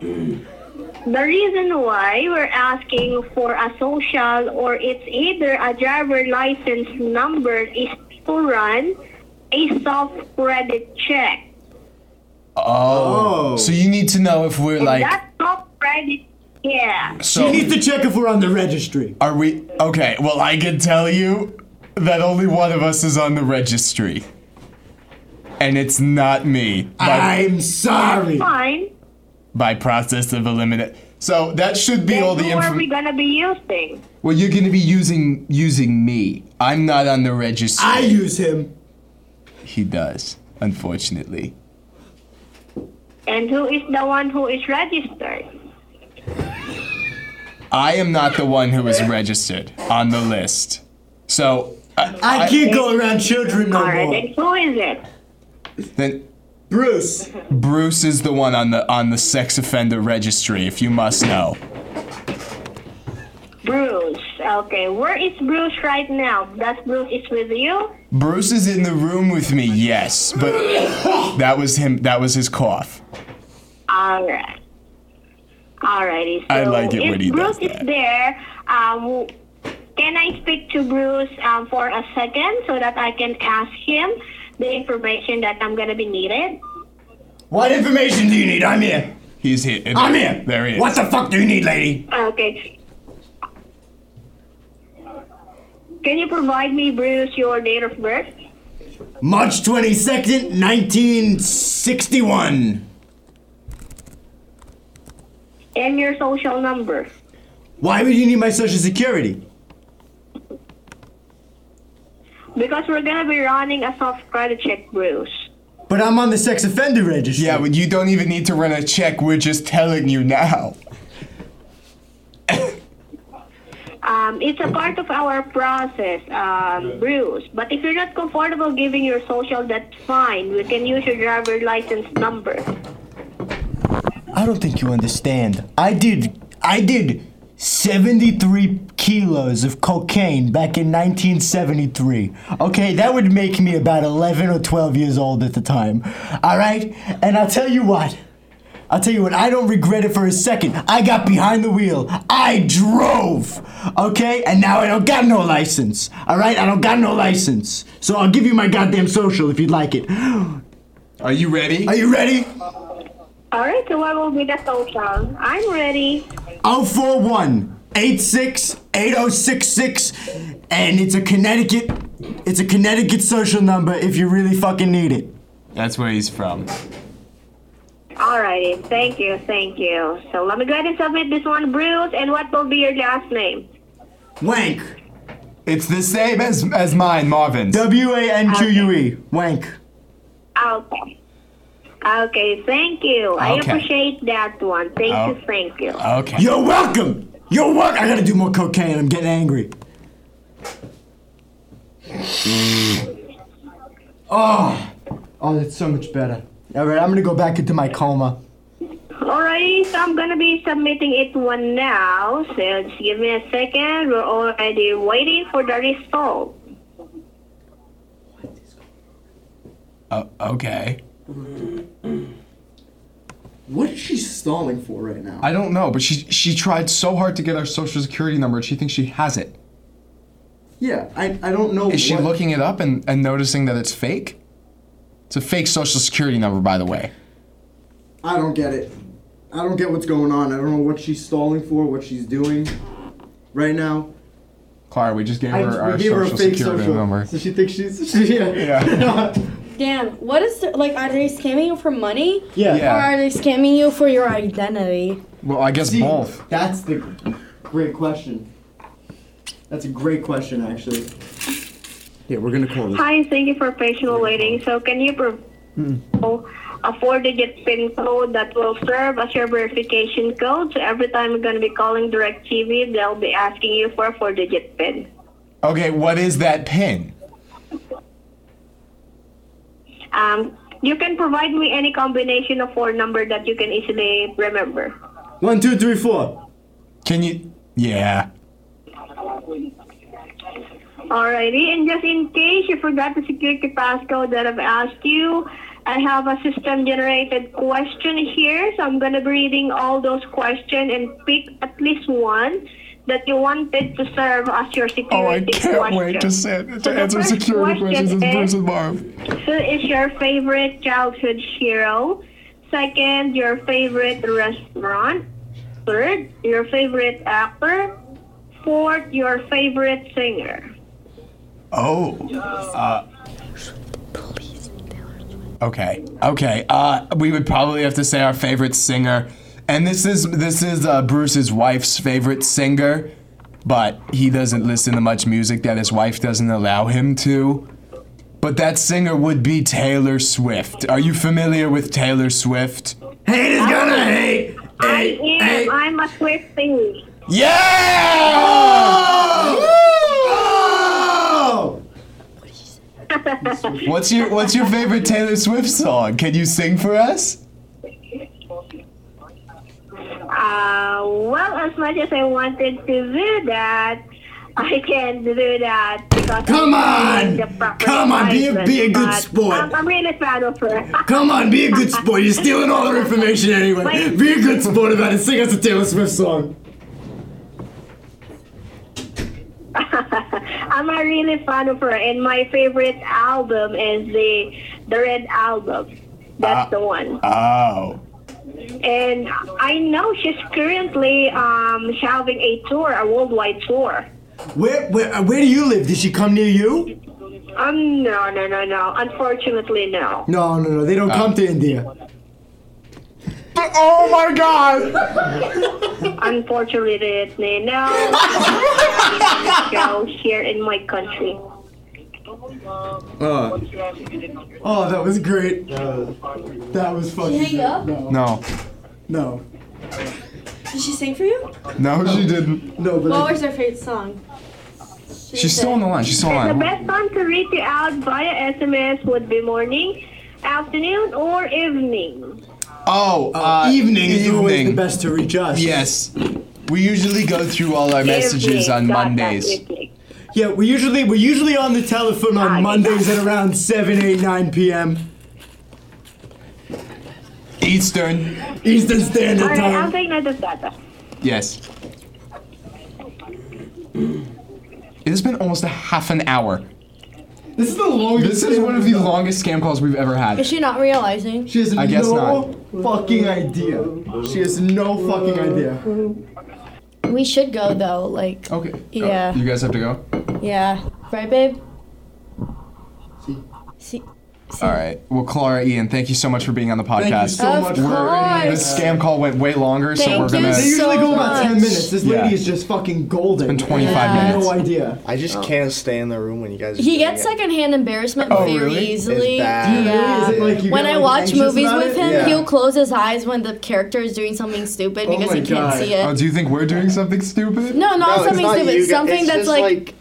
Speaker 13: The reason why we're asking for a social or it's either a driver license number is to run a soft credit check.
Speaker 4: Oh. So you need to know if we're
Speaker 13: And
Speaker 4: like.
Speaker 13: that soft credit, yeah.
Speaker 4: So
Speaker 2: She needs to check if we're on the registry.
Speaker 4: Are we okay? Well, I can tell you that only one of us is on the registry, and it's not me.
Speaker 2: I'm
Speaker 13: That's fine.
Speaker 4: By process of elimination. So that should be all the
Speaker 13: Who are we
Speaker 4: information.
Speaker 13: gonna be using?
Speaker 4: Well, you're going to be using using me. I'm not on the registry. I
Speaker 2: use him.
Speaker 4: He does, unfortunately.
Speaker 13: And who is the one who is registered?
Speaker 4: I am not the one who is registered on the list. So uh,
Speaker 2: I, can't go around children no
Speaker 13: Alright,
Speaker 2: more.
Speaker 13: and who is it?
Speaker 4: Then
Speaker 2: Bruce.
Speaker 4: Bruce is the one on the on the sex offender registry, if you must know.
Speaker 13: Bruce. Okay, where is Bruce right now? That Bruce is with you?
Speaker 4: Bruce is in the room with me, yes, but that was him. That was his cough.
Speaker 13: Alright. Alrighty. So
Speaker 4: I like it
Speaker 13: if
Speaker 4: when he
Speaker 13: Bruce
Speaker 4: does
Speaker 13: is there, um, can I speak to Bruce um, for a second so that I can ask him the information that I'm gonna be needed?
Speaker 2: What information do you need? I'm here.
Speaker 4: He's here.
Speaker 2: I'm here.
Speaker 4: There he is.
Speaker 2: What the fuck do you need, lady?
Speaker 13: Okay. Can you provide me, Bruce, your date of birth?
Speaker 2: March 22nd, 1961.
Speaker 13: And your social number.
Speaker 2: Why would you need my social security?
Speaker 13: Because we're gonna be running a soft credit check, Bruce.
Speaker 2: But I'm on the sex offender registry.
Speaker 4: Yeah, but you don't even need to run a check. We're just telling you now.
Speaker 13: Um, it's a part of our process, um, Bruce. But if you're not comfortable giving your social, that's fine. We can use your driver license number.
Speaker 2: I don't think you understand. I did. I did. 73 kilos of cocaine back in 1973. Okay, that would make me about 11 or 12 years old at the time. All right? And I'll tell you what. I'll tell you what, I don't regret it for a second. I got behind the wheel. I drove. Okay? And now I don't got no license. All right? I don't got no license. So I'll give you my goddamn social if you'd like it.
Speaker 4: Are you ready?
Speaker 2: Are you ready?
Speaker 13: All right, so what will be the social? I'm ready.
Speaker 2: 041 86 8066 and it's a Connecticut it's a Connecticut social number if you really fucking need it.
Speaker 4: That's where he's from.
Speaker 13: All righty. Thank you. Thank you. So let me go ahead and submit this one, Bruce. And what will be your last name?
Speaker 2: Wank.
Speaker 4: It's the same as as mine, Marvin's.
Speaker 2: W A N Q U E. Wank.
Speaker 13: Okay. Okay. Thank you. I
Speaker 2: Okay.
Speaker 13: appreciate that one. Thank
Speaker 2: Oh.
Speaker 13: you. Thank you.
Speaker 4: Okay.
Speaker 2: You're welcome. You're welcome. I gotta do more cocaine. I'm getting angry. Oh, oh, that's so much better. All right, I'm gonna go back into my coma.
Speaker 13: Alrighty, so I'm gonna be submitting it one now. So just give me a second. We're already waiting for the result.
Speaker 4: Oh, okay.
Speaker 2: What is she stalling for right now?
Speaker 4: I don't know, but she she tried so hard to get our social security number. and She thinks she has it.
Speaker 2: Yeah, I, I don't know.
Speaker 4: Is she
Speaker 2: what-
Speaker 4: looking it up and, and noticing that it's fake? It's a fake social security number, by the way.
Speaker 2: I don't get it. I don't get what's going on. I don't know what she's stalling for, what she's doing right now.
Speaker 4: Clara, we just gave
Speaker 2: I-
Speaker 4: her
Speaker 2: we
Speaker 4: our
Speaker 2: gave her a
Speaker 4: social
Speaker 2: fake
Speaker 4: security
Speaker 2: social.
Speaker 4: number.
Speaker 2: So she thinks she's. She, yeah.
Speaker 1: Damn, what is the, like? Are they scamming you for money?
Speaker 4: Yeah. Yeah.
Speaker 1: Or are they scamming you for your identity?
Speaker 4: Well, I guess
Speaker 2: See,
Speaker 4: both.
Speaker 2: That's the great question. That's a great question, actually. Yeah, we're gonna call
Speaker 13: Hi, thank you for patiently waiting. So can you pro- a four-digit PIN code that will serve as your verification code. So every time you're going to be calling DirecTV, they'll be asking you for a four-digit PIN.
Speaker 4: Okay, what is that pin?
Speaker 13: Um, you can provide me any combination of four number that you can easily remember.
Speaker 4: One, two, three, four. Can you? Yeah.
Speaker 13: Alrighty, and just in case you forgot the security passcode that I've asked you, I have a system generated question here. So I'm going to be reading all those questions and pick at least one that you wanted to serve as your security
Speaker 4: Oh, I can't
Speaker 13: question.
Speaker 4: wait to, sit,
Speaker 13: So
Speaker 4: to
Speaker 13: the
Speaker 4: answer
Speaker 13: first
Speaker 4: security questions
Speaker 13: question
Speaker 4: as
Speaker 13: is-
Speaker 4: person Marv.
Speaker 13: Who is your favorite childhood hero? Second, your favorite restaurant. Third, your favorite actor. Fourth, your favorite singer.
Speaker 4: Oh. Uh, okay. Okay. Uh, we would probably have to say our favorite singer, and this is this is uh, Bruce's wife's favorite singer, but he doesn't listen to much music that his wife doesn't allow him to. But that singer would be Taylor Swift. Are you familiar with Taylor Swift? Hate is gonna hate.
Speaker 13: Oh. I am. I'm a Swift singer.
Speaker 4: Yeah! What's your What's your favorite Taylor Swift song? Can you sing for us?
Speaker 13: Uh, well, as much as I wanted to do that, I can't do that because
Speaker 15: Come
Speaker 13: I
Speaker 15: on!
Speaker 13: don't have the proper
Speaker 15: Come on, be a- be a good
Speaker 13: license, but
Speaker 15: sport.
Speaker 13: I'm, I'm really proud of her.
Speaker 15: Come on, be a good sport. You're stealing all our information anyway.
Speaker 13: Wait.
Speaker 15: Be a good sport about it. Sing us a Taylor Swift song.
Speaker 13: I'm a really fan of her, and my favorite album is the the Red Album.
Speaker 15: Uh,
Speaker 13: That's the one.
Speaker 4: Oh.
Speaker 13: And I know she's currently um, having a tour, a worldwide tour.
Speaker 2: Where where uh, where do you live? Did she come near you?
Speaker 13: Um, no, no, no, no. Unfortunately, no.
Speaker 2: No, no, no. They
Speaker 4: Uh.
Speaker 2: don't come to India.
Speaker 4: Oh my God!
Speaker 13: Unfortunately, no. I can't go here in my country.
Speaker 4: Uh,
Speaker 2: Oh, that was great. that was fucking.
Speaker 1: hang up?
Speaker 2: No.
Speaker 4: no,
Speaker 2: No.
Speaker 1: Did she sing for you?
Speaker 4: no, she didn't.
Speaker 2: No, but
Speaker 1: What was her favorite song?
Speaker 4: she's still on the line. She's still
Speaker 13: The
Speaker 4: on the line.
Speaker 13: best time to reach you out via SMS would be morning, afternoon, or evening.
Speaker 4: Oh, uh,
Speaker 2: evening is always the
Speaker 4: evening.
Speaker 2: best to reach us.
Speaker 4: Yes, we usually go through all our messages on
Speaker 13: Evening, got that,
Speaker 4: Mondays.
Speaker 13: evening.
Speaker 2: Yeah, we usually we're usually on the telephone on Mondays at around 7, 8, 9 p.m.
Speaker 4: Eastern.
Speaker 2: Eastern Standard
Speaker 13: Alright, I'll
Speaker 2: Time.
Speaker 13: take note of that.
Speaker 4: Yes. It has been almost a half an hour.
Speaker 2: This is the longest.
Speaker 4: This is one of the longest scam calls we've ever had.
Speaker 1: Is she not realizing?
Speaker 2: She has
Speaker 4: I guess
Speaker 2: no fucking idea. She has no fucking idea.
Speaker 1: We should go though. Like.
Speaker 4: Okay.
Speaker 1: Yeah.
Speaker 4: You guys have to go.
Speaker 1: Yeah. Right, babe. See.
Speaker 4: All right. Well, Clara, Ian, thank you so much for being on the podcast.
Speaker 2: Thank you so Of much for
Speaker 4: We're-
Speaker 2: course.
Speaker 4: This scam call went way longer, so
Speaker 1: Thank
Speaker 4: we're
Speaker 1: you
Speaker 4: gonna.
Speaker 2: They usually go about 10
Speaker 1: much.
Speaker 2: minutes. This
Speaker 4: Yeah.
Speaker 2: lady is just fucking golden. It's been
Speaker 4: 25 minutes.
Speaker 2: No idea. Uh.
Speaker 3: I just can't stay in the room when you guys. Are
Speaker 1: He
Speaker 3: doing
Speaker 1: gets
Speaker 3: it.
Speaker 1: secondhand embarrassment
Speaker 3: Oh,
Speaker 1: very
Speaker 3: really? It's
Speaker 1: easily.
Speaker 3: bad. Dude,
Speaker 1: Yeah.
Speaker 3: is it like you
Speaker 1: when
Speaker 3: get,
Speaker 1: I
Speaker 3: like,
Speaker 1: watch
Speaker 3: anxious
Speaker 1: movies
Speaker 3: about
Speaker 1: with
Speaker 3: it?
Speaker 1: him,
Speaker 3: Yeah.
Speaker 1: he'll close his eyes when the character is doing something stupid because he can't see it.
Speaker 3: Uh,
Speaker 4: Oh, do you think we're doing something stupid?
Speaker 1: no, not something stupid. something that's like,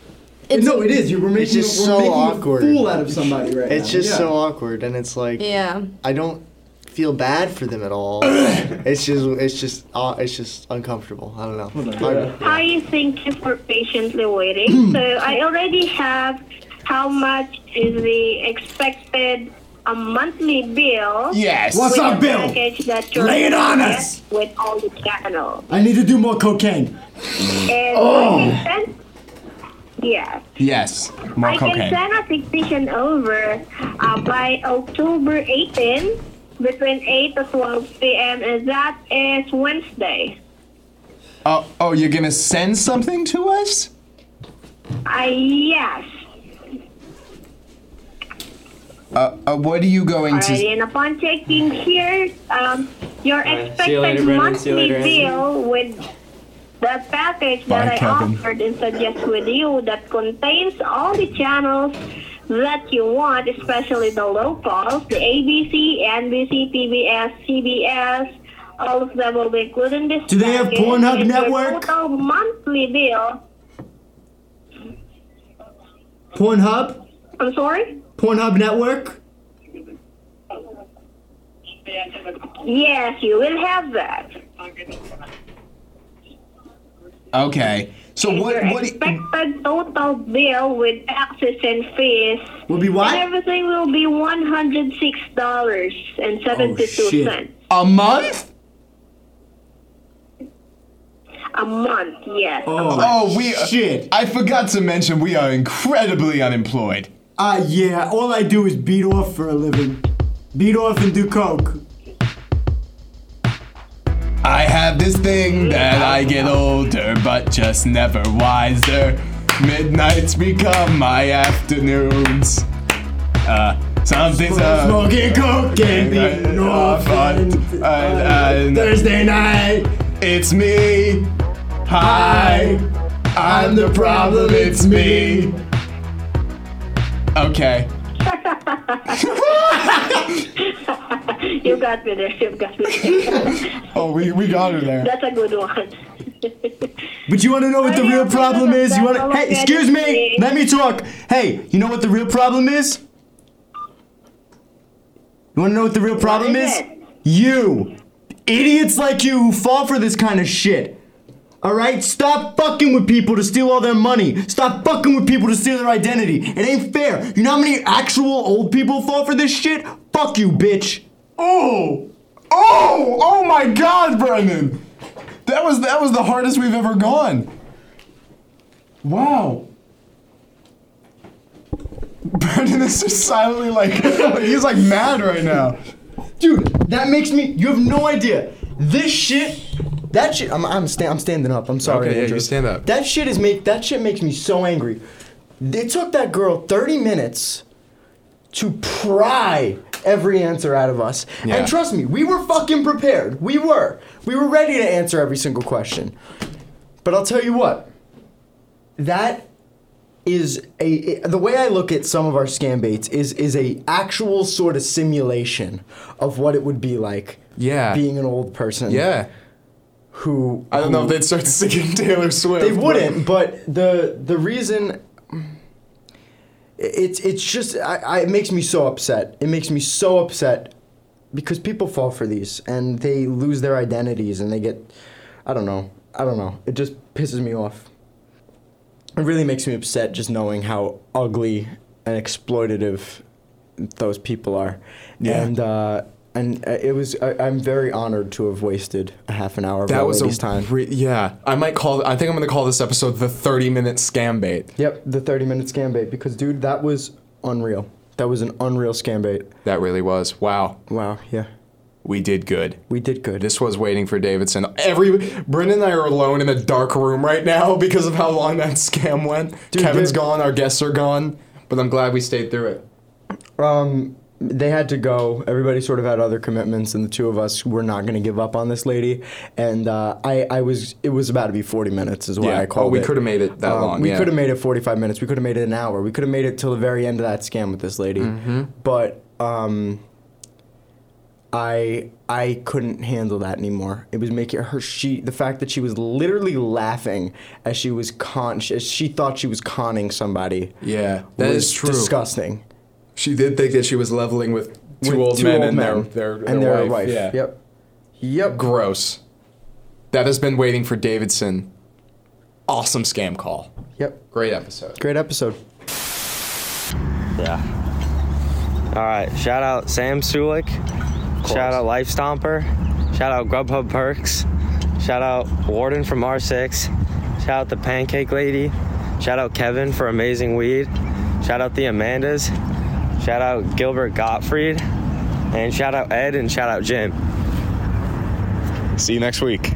Speaker 2: no, it is. You were making,
Speaker 3: It's just
Speaker 2: we're
Speaker 3: so
Speaker 2: making
Speaker 3: awkward.
Speaker 2: a fool out of somebody right now.
Speaker 3: It's just
Speaker 2: Yeah.
Speaker 3: so awkward, and it's like
Speaker 1: yeah.
Speaker 3: I don't feel bad for them at all. it's just it's just uh, it's just uncomfortable. I don't know. I-
Speaker 13: I thank you for patiently waiting. so I already have how much is the expected a monthly bill.
Speaker 2: Yes. What's
Speaker 13: with
Speaker 2: our
Speaker 13: the
Speaker 2: bill?
Speaker 13: package that you're
Speaker 2: Lay it on
Speaker 13: gonna
Speaker 2: us.
Speaker 13: get With all the channels.
Speaker 2: I need to do more cocaine.
Speaker 13: And
Speaker 2: Oh.
Speaker 13: I can send, yeah.
Speaker 4: Yes. More
Speaker 13: I can
Speaker 4: cocaine.
Speaker 13: send a petition over uh, by October 18 between 8 to 12 p.m. and that is Wednesday.
Speaker 16: Uh,
Speaker 4: Oh, oh, you're gonna send something to us?
Speaker 13: I yes.
Speaker 4: Uh, uh what are you going
Speaker 13: Alrighty,
Speaker 4: to?
Speaker 13: and upon checking here, um, your
Speaker 4: Alright, see
Speaker 13: expected
Speaker 4: you later, Brendan. See
Speaker 13: monthly
Speaker 4: you later, Anthony.
Speaker 13: bill with the package that
Speaker 4: Bye,
Speaker 13: I
Speaker 4: Kevin.
Speaker 13: offered and suggest with you that contains all the channels that you want, especially the locals, the ABC, NBC, PBS, CBS, all of them will be included in this.
Speaker 2: Do they have
Speaker 13: package.
Speaker 2: Pornhub
Speaker 13: And your
Speaker 2: Network?
Speaker 13: Total monthly bill.
Speaker 2: Pornhub?
Speaker 13: I'm sorry.
Speaker 2: Pornhub Network?
Speaker 13: Yes, you will have that.
Speaker 16: Okay. So what?
Speaker 13: Your expected total bill with taxes and fees
Speaker 16: Will be what?
Speaker 13: And everything will be one hundred six dollars and seventy
Speaker 16: Oh,
Speaker 13: two cents
Speaker 16: A month?
Speaker 13: a month. Yes.
Speaker 16: oh, we shit! I forgot to mention we are incredibly unemployed.
Speaker 17: Ah,
Speaker 2: Uh,
Speaker 17: yeah. All I do is beat off for a living. Beat off and do coke.
Speaker 16: I have this thing that I get older, but just never wiser. Midnights become my afternoons. Uh, some things are
Speaker 17: Smoking coke and beating off
Speaker 16: on
Speaker 17: Thursday night.
Speaker 16: It's me. Hi, I'm the problem. It's me. Okay.
Speaker 13: you got me there. You got me there.
Speaker 16: Oh, we, we got her there.
Speaker 13: That's a good one.
Speaker 2: But you want to know what the real problem is? You want to? Hey, excuse me. Let me talk. Hey, you know what the real problem is? You want to know what the real problem is? You, idiots like you who fall for this kind of shit. All right, stop fucking with people to steal all their money. Stop fucking with people to steal their identity. It ain't fair. You know how many actual old people fall for this shit? Fuck you, bitch.
Speaker 16: Oh, oh, oh my God, Brendan! That was that was the hardest we've ever gone. Wow. Brendan is just silently like he's like mad right now.
Speaker 2: Dude, that makes me. You have no idea. This shit. That shit. I'm. I'm, sta- I'm standing up. I'm sorry.
Speaker 4: Okay, yeah,
Speaker 2: Andrew.
Speaker 4: you stand up.
Speaker 2: That shit is make. That shit makes me so angry. It took that girl 30 minutes to pry every answer out of us.
Speaker 16: Yeah.
Speaker 2: And trust me, we were fucking prepared. We were. We were ready to answer every single question. But I'll tell you what. That is a the way I look at some of our scam baits is is a actual sort of simulation of what it would be like.
Speaker 4: Yeah.
Speaker 2: Being an old person.
Speaker 4: Yeah.
Speaker 2: Who
Speaker 4: I don't know if
Speaker 2: who-
Speaker 4: they'd start singing Taylor Swift.
Speaker 2: They
Speaker 4: but-
Speaker 2: wouldn't, but the the reason it's it's just I, I it makes me so upset. It makes me so upset because people fall for these and they lose their identities and they get I don't know. I don't know. It just pisses me off. It really makes me upset just knowing how ugly and exploitative those people are.
Speaker 4: Yeah.
Speaker 2: And uh and uh, it was I, I'm very honored to have wasted a half an hour of
Speaker 4: That
Speaker 2: our
Speaker 4: was a
Speaker 2: lady's time.
Speaker 4: Re- yeah. I might call. I think I'm gonna call this episode the 30 minute scam bait.
Speaker 2: Yep, the 30 minute scam bait because dude, that was unreal. That was an unreal scam bait.
Speaker 4: That really was. Wow.
Speaker 2: Wow. Yeah.
Speaker 4: We did good.
Speaker 2: We did good.
Speaker 4: This was waiting for Davidson. Every Brendan and I are alone in a dark room right now because of how long that scam went. Kevin's
Speaker 2: dude.
Speaker 4: gone. Our guests are gone. But I'm glad we stayed through it.
Speaker 2: Um they had to go. Everybody sort of had other commitments and the two of us were not going to give up on this lady and uh, I I was it was about to be 40 minutes is why
Speaker 4: Yeah.
Speaker 2: I called
Speaker 4: Oh, we
Speaker 2: it. Um,
Speaker 4: coulda made it that long,
Speaker 2: We
Speaker 4: yeah.
Speaker 2: could have made it 45 minutes. We could have made it an hour. We could have made it till the very end of that scam with this lady.
Speaker 4: Mm-hmm.
Speaker 2: But um I I couldn't handle that anymore. It was making her she the fact that she was literally laughing as she was con as she thought she was conning somebody.
Speaker 4: Yeah, that
Speaker 2: was
Speaker 4: is true.
Speaker 2: Disgusting.
Speaker 4: She did think that she was leveling with two
Speaker 2: With
Speaker 4: old
Speaker 2: two
Speaker 4: men
Speaker 2: old
Speaker 4: and
Speaker 2: men
Speaker 4: their their,
Speaker 2: and
Speaker 4: their,
Speaker 2: their
Speaker 4: wife.
Speaker 2: wife,
Speaker 4: Yeah.
Speaker 2: yep. Yep.
Speaker 4: Gross. That has been waiting for Davidson. Awesome scam call.
Speaker 2: Yep.
Speaker 4: Great episode.
Speaker 2: Great episode.
Speaker 5: Yeah. All right. Shout out Sam Sulik. Shout out Life Stomper. Shout out Grubhub Perks. Shout out Warden from R6. Shout out the Pancake Lady. Shout out Kevin for amazing weed. Shout out the Amandas. Shout out Gilbert Gottfried. And shout out Ed and shout out Jim.
Speaker 4: See you next week.